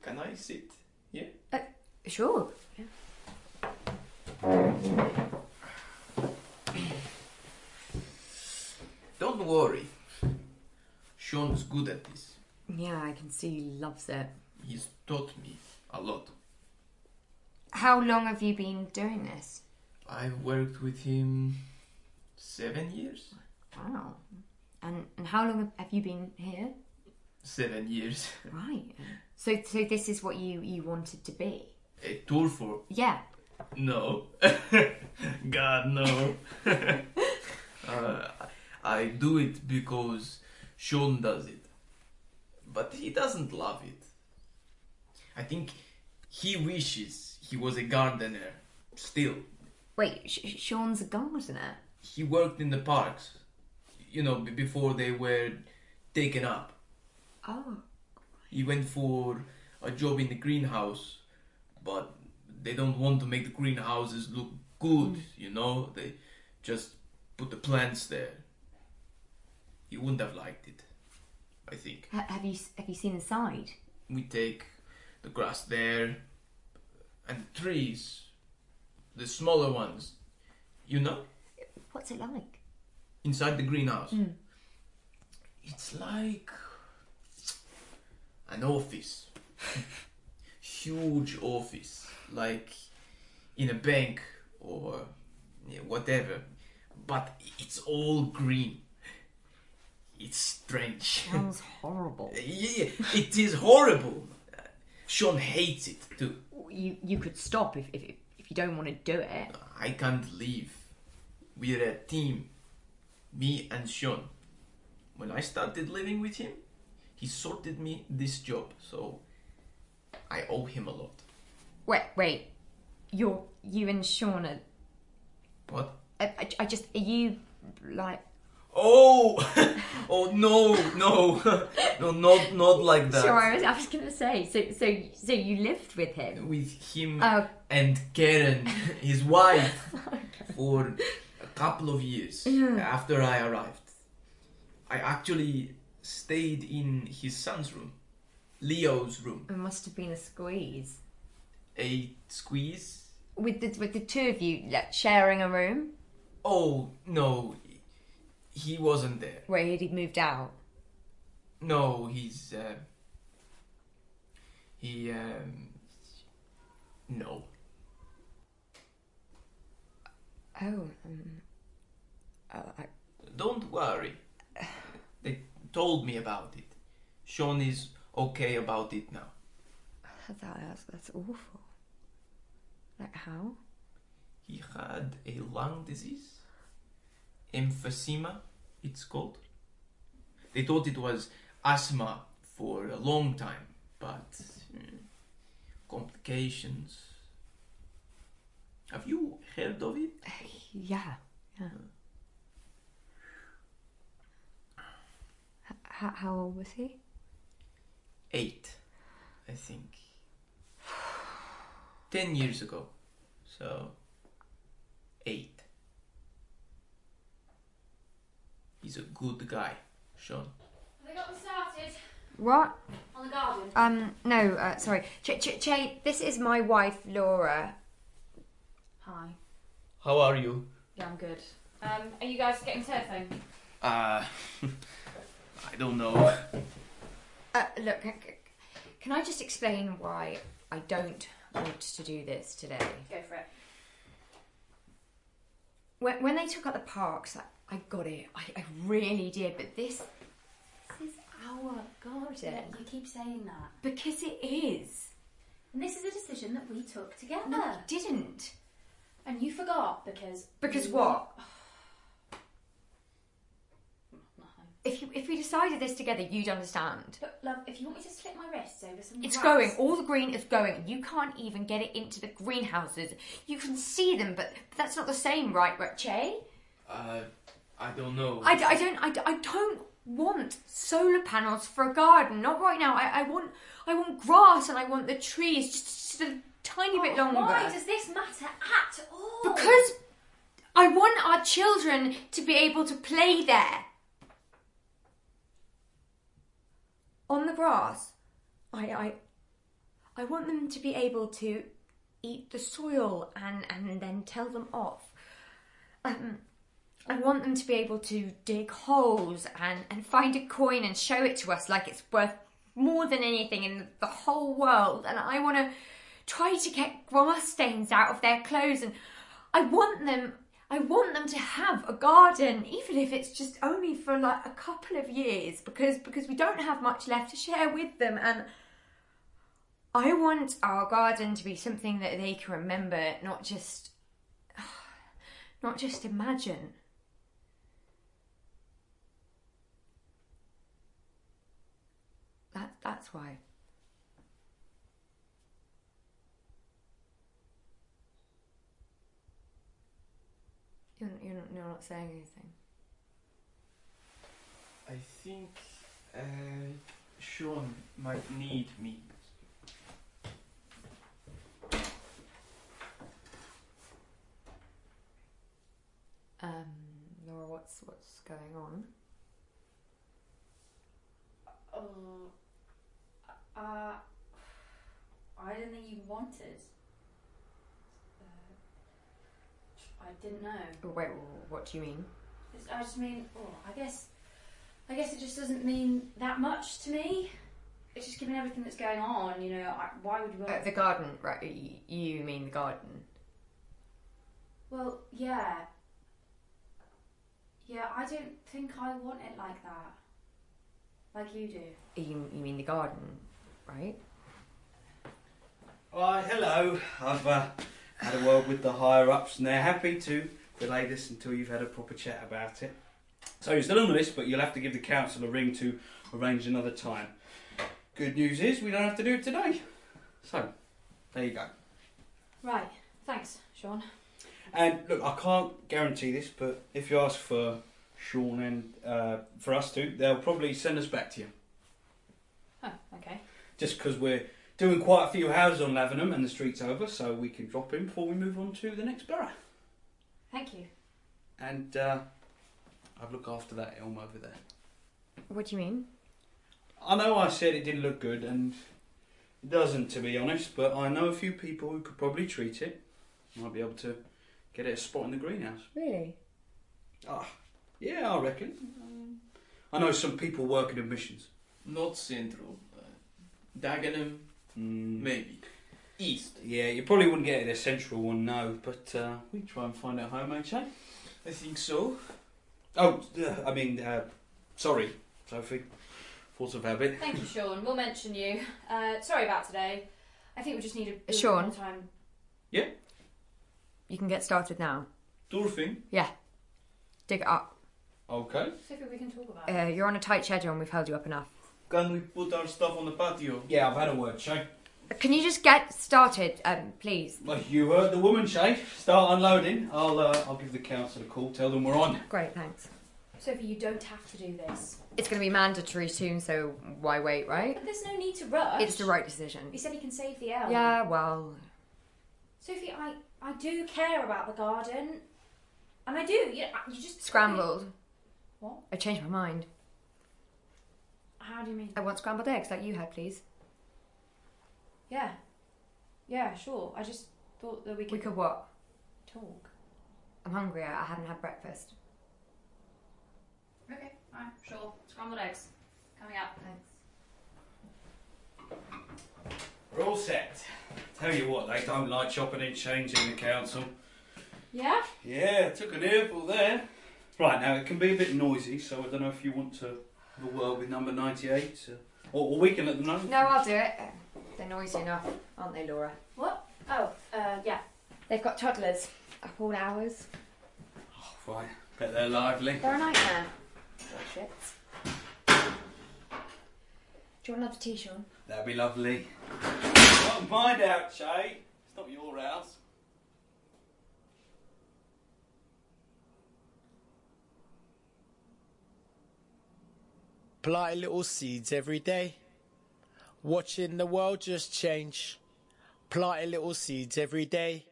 L: Can I sit? Yeah.
H: Uh, sure. Yeah.
I: Don't worry. Sean's good at this.
H: Yeah, I can see he loves it.
I: He's taught me a lot.
H: How long have you been doing this?
I: I've worked with him seven years.
H: Wow. And, and how long have you been here?
I: Seven years.
H: Right. So so this is what you you wanted to be.
I: A tour for
H: Yeah.
I: No. God, no. uh, I do it because Sean does it. But he doesn't love it. I think he wishes he was a gardener still.
H: Wait, Sh- Sean's a gardener.
I: He worked in the parks, you know, b- before they were taken up.
H: Oh.
I: He went for a job in the greenhouse, but they don't want to make the greenhouses look good, you know? They just put the plants there. He wouldn't have liked it, I think.
H: Ha- have you have you seen inside?
I: We take the grass there and the trees, the smaller ones, you know,
H: What's it like?
I: inside the greenhouse.
H: Mm.
I: It's like an office. Huge office. Like in a bank or yeah, whatever. But it's all green. It's strange.
H: Sounds horrible.
I: yeah, it is horrible. Sean hates it too.
H: You you could stop if if, if you don't want to do it.
I: I can't leave. We're a team. Me and Sean. When I started living with him, he sorted me this job, so I owe him a lot.
H: Wait wait, you're you and Sean are.
I: What?
H: I, I, I just are you like
I: Oh! oh no, no, no, not not like that.
H: sure? I was, I was gonna say so so so you lived with him.
I: With him
H: Oh.
I: and Karen, his wife, for a couple of years
H: Yeah.
I: after I arrived. I actually stayed in his son's room, Leo's room.
H: It must have been a squeeze
I: A squeeze?
H: with the with the two of you like, sharing a room.
I: Oh no, he wasn't there.
H: Where he'd moved out.
I: No, he's uh, he um, no.
H: Oh, um, uh, I,
I: Don't worry. They told me about it. Sean is okay about it now.
H: that, that's, that's awful. Like how?
I: He had a lung disease, emphysema, it's called. They thought it was asthma for a long time, but mm, complications. Have you heard of it?
H: Yeah, yeah. H- h- how old was he?
I: Eight, I think. Ten years ago. So, eight. He's a good guy, Sean.
M: Have they got them started?
H: What?
M: On the garden?
H: Um, no, uh, sorry. Che, che, che, this is my wife, Laura.
M: Hi.
I: How are you?
M: Yeah, I'm good. Um, are you guys getting surfing?
I: Uh, I don't know.
H: Uh, look, c- c- can I just explain why I don't want to do this today?
M: Go for it.
H: When, when they took up the parks, I, I got it. I, I really did. But this, this is our garden.
K: Look, you keep saying that.
H: Because it is.
K: And this is a decision that we took together.
H: No, it didn't.
K: And you forgot because.
H: Because
K: you-
H: what? If you, if we decided this together, you'd understand.
K: But love, if you want me to slip my wrists over some.
H: It's
K: grass-
H: growing. All the green is going. You can't even get it into the greenhouses. You can see them, but, but that's not the same, right, Che?
I: Uh, I don't know.
H: I, d- I don't I, d- I don't want solar panels for a garden. Not right now. I, I want I want grass and I want the trees just, just a tiny bit longer.
K: Oh, Why does this matter at all?
H: Because I want our children to be able to play there. On the grass. I I I want them to be able to eat the soil and, and then tell them off. Um, I want them to be able to dig holes and, and find a coin and show it to us like it's worth more than anything in the whole world. And I want to try to get grass stains out of their clothes. And I want them, I want them to have a garden, even if it's just only for like a couple of years, because because we don't have much left to share with them. And I want our garden to be something that they can remember, not just not just imagine. That that's why. You're, you're, not, you're not saying anything.
N: I think uh, Sean might need me.
H: Um, Laura, what's what's going on?
O: Oh, uh, I didn't think you wanted. Uh, I didn't know.
H: Oh, Wait, wh- what do you mean?
O: It's- I just mean, oh, I guess, I guess it just doesn't mean that much to me. It's just given everything that's going on, you know. I, why would you want?
H: Uh, the garden, right? y- You mean the garden?
O: Well, yeah. Yeah, I don't think I want it like that. Like you do.
H: You, you mean the garden, right?
I: Why, hello. I've uh, had a word with the higher ups, and they're happy to delay this until you've had a proper chat about it. So you're still on the list, but you'll have to give the council a ring to arrange another time. Good news is we don't have to do it today. So there you go.
K: Right. Thanks, Sean.
I: And look, I can't guarantee this, but if you ask for Sean and uh, for us to, they'll probably send us back to you.
K: Oh, okay.
I: Just because we're doing quite a few houses on Lavenham and the street's over, so we can drop him before we move on to the next borough.
K: Thank you.
I: And uh, I'd look after that elm over there.
H: What do you mean?
I: I know I said it didn't look good, and it doesn't, to be honest, but I know a few people who could probably treat it. Might be able to get it a spot in the greenhouse.
H: Really?
I: Ah, yeah, I reckon.
N: Um,
I: I know some people work in admissions.
N: Not central. Uh, Dagenham, maybe. mm. East.
I: Yeah, you probably wouldn't get it a central one, no, but uh, we try and find out how, mate, eh?
N: I think so.
I: Oh, uh, I mean, uh, sorry, Sophie. Force of habit.
K: Thank you, Sean. We'll mention you. Uh, sorry about today. I think we just need a bit
H: Sean?
K: more time.
I: Yeah?
H: You can get started now.
I: Dorothy?
H: Yeah. Dig it up.
I: Okay.
K: Sophie, we can talk about
H: Uh, you're on a tight schedule and we've held you up enough.
N: Can we put our stuff on the patio?
I: Yeah, I've had a word, Shay.
H: Can you just get started, um, please?
I: Well, you heard the woman, Shay. Start unloading. I'll uh, I'll give the council a call, tell them we're on.
H: Great, thanks.
K: Sophie, you don't have to do this.
H: It's going to be mandatory soon, so why wait, right?
K: But there's no need to rush.
H: It's the right decision.
K: He said he can save the elm.
H: Yeah, well,
O: Sophie, I, I do care about the garden. And I do. You, you just.
H: scrambled.
O: What?
H: I changed my mind.
K: How do you mean?
H: I want scrambled eggs like you had, please.
K: Yeah. Yeah, sure. I just thought that we could.
H: We could what?
K: Talk.
H: I'm hungry. I I haven't had breakfast.
K: Okay, I'm sure. Scrambled eggs. Coming up. Thanks.
I: We're all set. Tell you what, they don't like chopping and changing the council.
K: Yeah?
I: Yeah, took an earful there. Right now, it can be a bit noisy, so I don't know if you want to have a word with number ninety-eight, uh, or, or we can let them know.
H: No, I'll do it. They're noisy enough, aren't they, Laura?
K: What? Oh, uh, yeah.
H: They've got toddlers up all hours.
I: Right, bet they're lively.
H: They're a nightmare. Oh, Shit. Do you want another tea, Sean?
I: That'd be lovely. Not mine out, Shay. It's not your house.
P: Plant little seeds every day. Watching the world just change. Planting little seeds every day.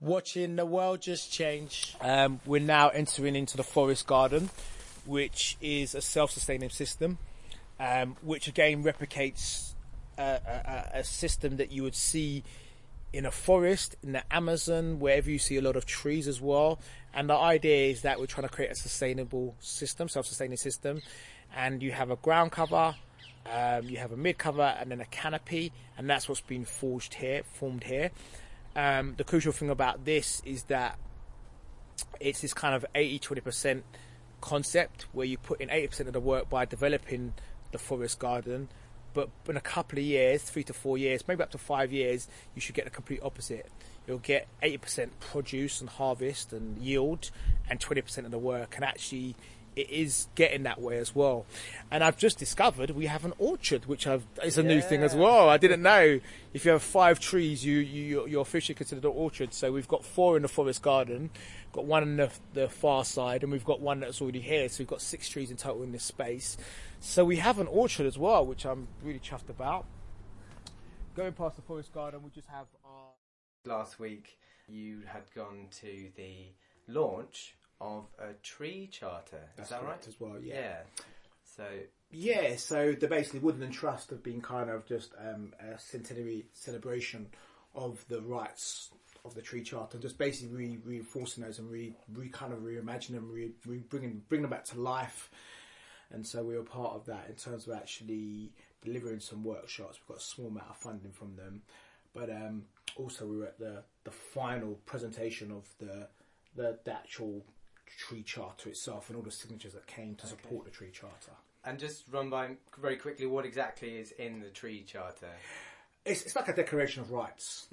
D: Watching the world just change. Um, we're now entering into the forest garden, which is a self-sustaining system, um, which again replicates uh, a, a, a system that you would see in a forest, in the Amazon, wherever you see a lot of trees as well. And the idea is that we're trying to create a sustainable system, self-sustaining system. And you have a ground cover, um, you have a mid cover, and then a canopy, and that's what's been forged here, formed here. Um, the crucial thing about this is that it's this kind of 80 20% concept where you put in 80% of the work by developing the forest garden but in a couple of years three to four years maybe up to five years you should get the complete opposite you'll get 80% produce and harvest and yield and 20% of the work and actually it is getting that way as well and i've just discovered we have an orchard which i've is a new thing as
P: Yeah.
D: well i didn't know if you have five trees you, you you're officially considered an orchard so we've got four in the forest garden got one on the, the far side and we've got one that's already here so we've got six trees in total in this space so we have an orchard as well which i'm really chuffed about going past the forest garden we just have our
B: last week you had gone to the launch of a tree charter. Is
E: That's
B: that right?
E: correct as well, yeah.
B: So
E: Yeah, so the basically Woodland Trust have been kind of just um, a centenary celebration of the rights of the tree charter, just basically re- reinforcing those and re, re kind of reimagining them, re, re bringing bringing them back to life. And so we were part of that in terms of actually delivering some workshops. We've got a small amount of funding from them, but um, also we were at the the final presentation of the the, the actual tree charter itself and all the signatures that came to support the tree charter.
B: and just run by very quickly what exactly is in the tree charter.
E: it's, it's like a declaration of rights.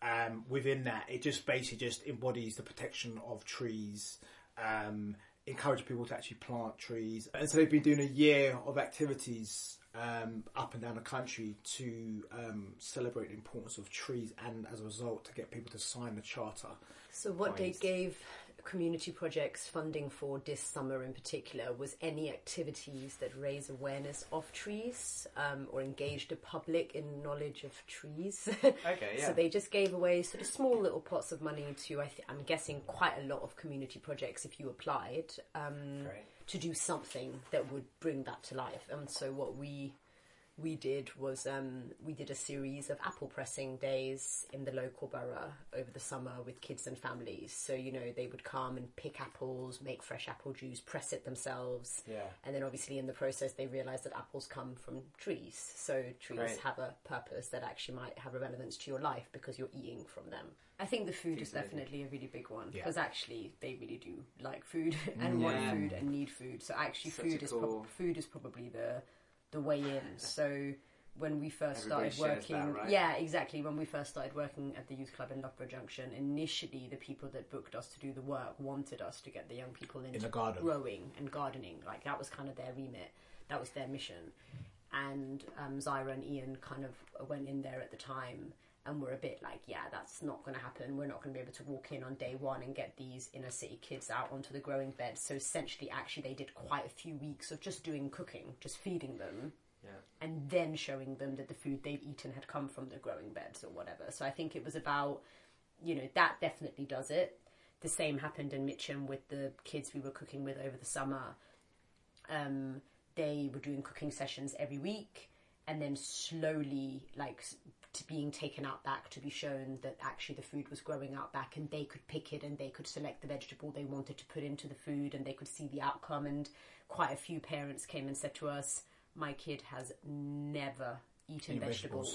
E: Um, within that, it just basically just embodies the protection of trees, um, encourage people to actually plant trees, and so they've been doing a year of activities um, up and down the country to um, celebrate the importance of trees, and as a result, to get people to sign the charter.
F: So what they
E: Nice.
F: gave community projects funding for this summer in particular was any activities that raise awareness of trees um, or engage the public in knowledge of trees.
B: Okay, yeah.
F: So they just gave away sort of small little pots of money to I th- I'm guessing quite a lot of community projects if you applied um, to do something that would bring that to life. And so what we we did was um, we did a series of apple pressing days in the local borough over the summer with kids and families. So you know they would come and pick apples, make fresh apple juice, press it themselves,
B: Yeah.
F: and then obviously in the process they realised that apples come from trees. So trees
B: Great.
F: have a purpose that actually might have a relevance to your life because you're eating from them. I think the food is
B: Absolutely.
F: definitely a really big one
B: Yeah.
F: because actually they really do like food and
B: Mm.
F: want
B: Yeah.
F: food and need food. So actually,
B: Such
F: food
B: a
F: is prob-
B: cool-
F: food is probably the the way in. So when we first
B: Everybody
F: started
B: shares
F: working,
B: that, right?
F: yeah, exactly. When we first started working at the youth club in Loughborough Junction, initially the people that booked us to do the work wanted us to get the young people into
E: the garden.
F: growing and gardening. Like that was kind of their remit. That was their mission. And um, Zyra and Ian kind of went in there at the time and were a bit like, yeah, that's not going to happen. We're not going to be able to walk in on day one and get these inner city kids out onto the growing bed. So essentially, actually, they did quite a few weeks of just doing cooking, just feeding them and then showing them that the food they've eaten had come from the growing beds or whatever. So I think it was about, you know, that definitely does it. The same happened in Mitcham with the kids we were cooking with over the summer. Um, they were doing cooking sessions every week and then slowly, like, s- to being taken out back to be shown that actually the food was growing out back and they could pick it and they could select the vegetable they wanted to put into the food and they could see the outcome. And quite a few parents came and said to us, my kid has never eaten
O: Eat
F: vegetables.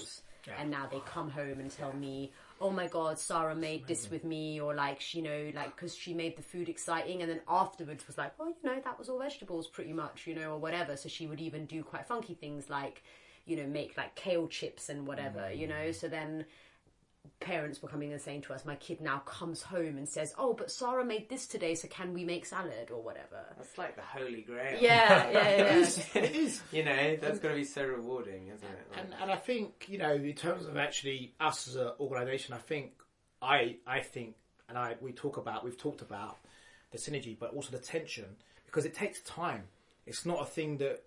O: vegetables.
F: And now they come home and tell me, oh my God, Sarah made this with me, or like, she, you know, like, because she made the food exciting. And then afterwards was like, well, you know, that was all vegetables pretty much, you know, or whatever. So she would even do quite funky things like, you know, make like kale chips and whatever, you know. So then parents were coming and saying to us, my kid now comes home and says, oh, but Sarah made this today, so can we make salad or whatever?
B: That's like the holy grail.
F: Yeah, yeah, yeah. It is,
E: It is.
B: you know, that's going to be so rewarding, isn't it? Like-
E: And, and I think you know, in terms of actually us as an organisation, I think I I think, and I we talk about we've talked about the synergy, but also the tension because it takes time. It's not a thing that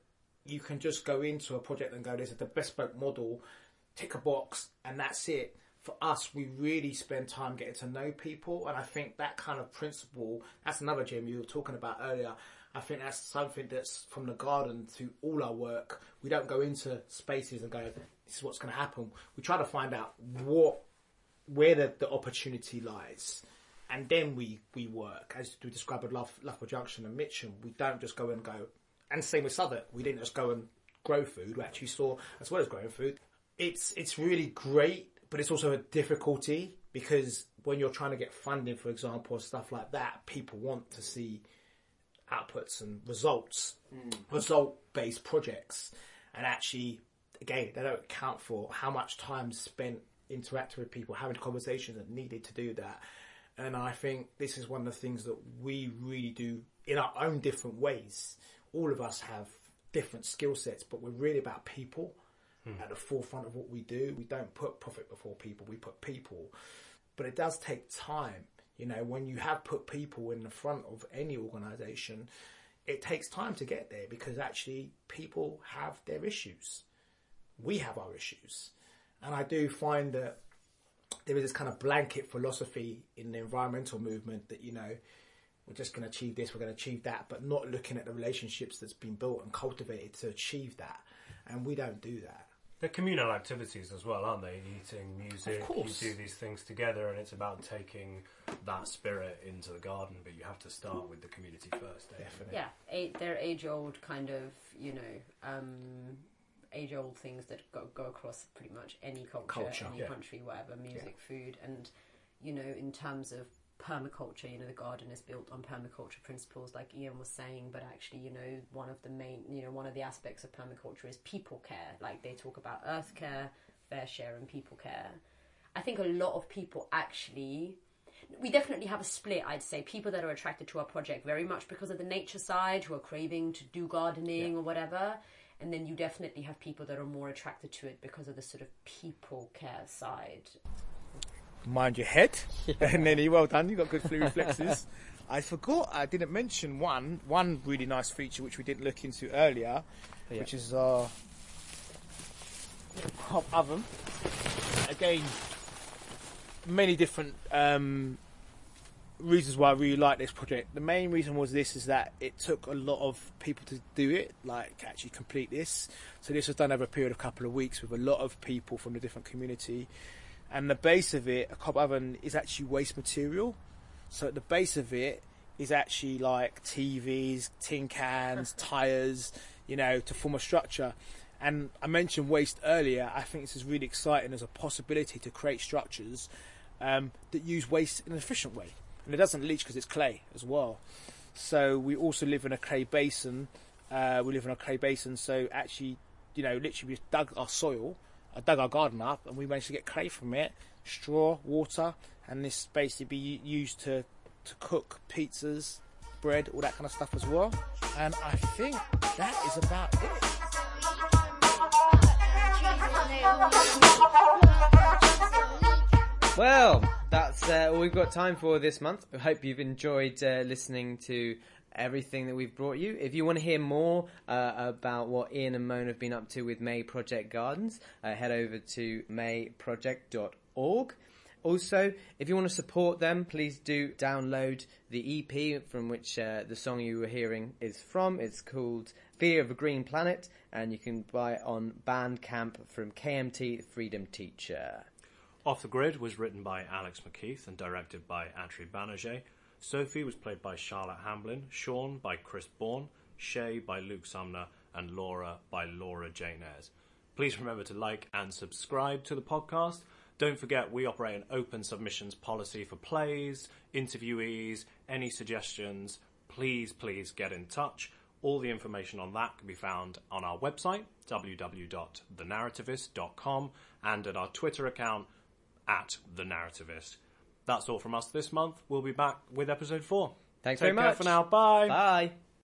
E: you can just go into a project and go, "This is the bespoke model." tick a box and that's it. For us, we really spend time getting to know people, and I think that kind of principle, that's another gem you were talking about earlier. I think that's something that's from the garden to all our work. We don't go into spaces and go, this is what's going to happen. We try to find out what where the, the opportunity lies. And then we, we work, as we described with Love, Loughborough Junction and Mitcham, we don't just go and go, and same with Southwark, we didn't just go and grow food, we actually saw, as well as growing food, it's, it's really great, but it's also a difficulty because when you're trying to get funding, for example, or stuff like that, people want to see outputs and results,
A: Mm.
E: result based projects. And actually, again, they don't account for how much time spent interacting with people, having conversations that needed to do that. And I think this is one of the things that we really do in our own different ways. All of us have different skill sets, but we're really about people
A: Hmm.
E: at the forefront of what we do. We don't put profit before people, we put people. But it does take time. You know, when you have put people in the front of any organization, it takes time to get there because actually people have their issues. We have our issues. And I do find that there is this kind of blanket philosophy in the environmental movement that, you know, we're just going to achieve this, we're going to achieve that, but not looking at the relationships that's been built and cultivated to achieve that. And we don't do that.
C: They're communal activities as well, aren't they? Eating, music,
E: course.
C: you do these things together, and it's about taking that spirit into the garden. But you have to start with the community first. Definitely.
F: Yeah, a- they're age-old kind of, you know, um, age-old things that go, go across pretty much any culture,
E: Culture,
F: any
E: yeah.
F: country, whatever, music, food, and you know, in terms of permaculture, you know, the garden is built on permaculture principles, like Ian was saying. But actually, you know, one of the main, you know, one of the aspects of permaculture is people care. Like they talk about earth care, fair share, and people care. I think a lot of people actually we definitely have a split, I'd say. People that are attracted to our project very much because of the nature side, who are craving to do gardening or whatever. And then you definitely have people that are more attracted to it because of the sort of people care side.
D: mind your head. and then he, well done, you got good flu reflexes. I forgot, uh, I didn't mention one one really nice feature which we didn't look into earlier,
P: Yeah.
D: which is our hot oven. Again, many different um, reasons why I really like this project. The main reason was this is that it took a lot of people to do it, like to actually complete this. So this was done over a period of a couple of weeks with a lot of people from the different community. And the base of it, a cob oven, is actually waste material. So at the base of it is actually like TVs, tin cans, tires, you know, to form a structure. And I mentioned waste earlier. I think this is really exciting as a possibility to create structures um, that use waste in an efficient way. And it doesn't leach because it's clay as well. So we also live in a clay basin. Uh, we live in a clay basin, so actually, you know, literally we dug our soil, I dug our garden up, and we managed to get clay from it, straw, water, and this basically be u- used to to cook pizzas, bread, all that kind of stuff as well. And I think that is about it.
B: Well, that's uh, all we've got time for this month. I hope you've enjoyed uh, listening to everything that we've brought you. If you want to hear more uh, about what Ian and Moan have been up to with May Project Gardens, uh, head over to mayproject.org. Also, if you want to support them, please do download the EP from which uh, the song you were hearing is from. It's called Fear of a Green Planet, and you can buy it on Bandcamp from KMT Freedom Teacher.
C: Off the Grid was written by Alex McKeith and directed by Atri Banerjee. Sophie was played by Charlotte Hamblin, Sean by Chris Bourne, Shay by Luke Sumner, and Laura by Laura Jane Ayres. Please remember to like and subscribe to the podcast. Don't forget, we operate an open submissions policy for plays, interviewees, any suggestions. Please, please get in touch. All the information on that can be found on our website, www.thenarrativist.com, and at our Twitter account, at The Narrativist. That's all from us this month. We'll be back with episode four.
B: Thanks
C: Take
B: very
C: care
B: much.
C: for now. Bye.
B: Bye.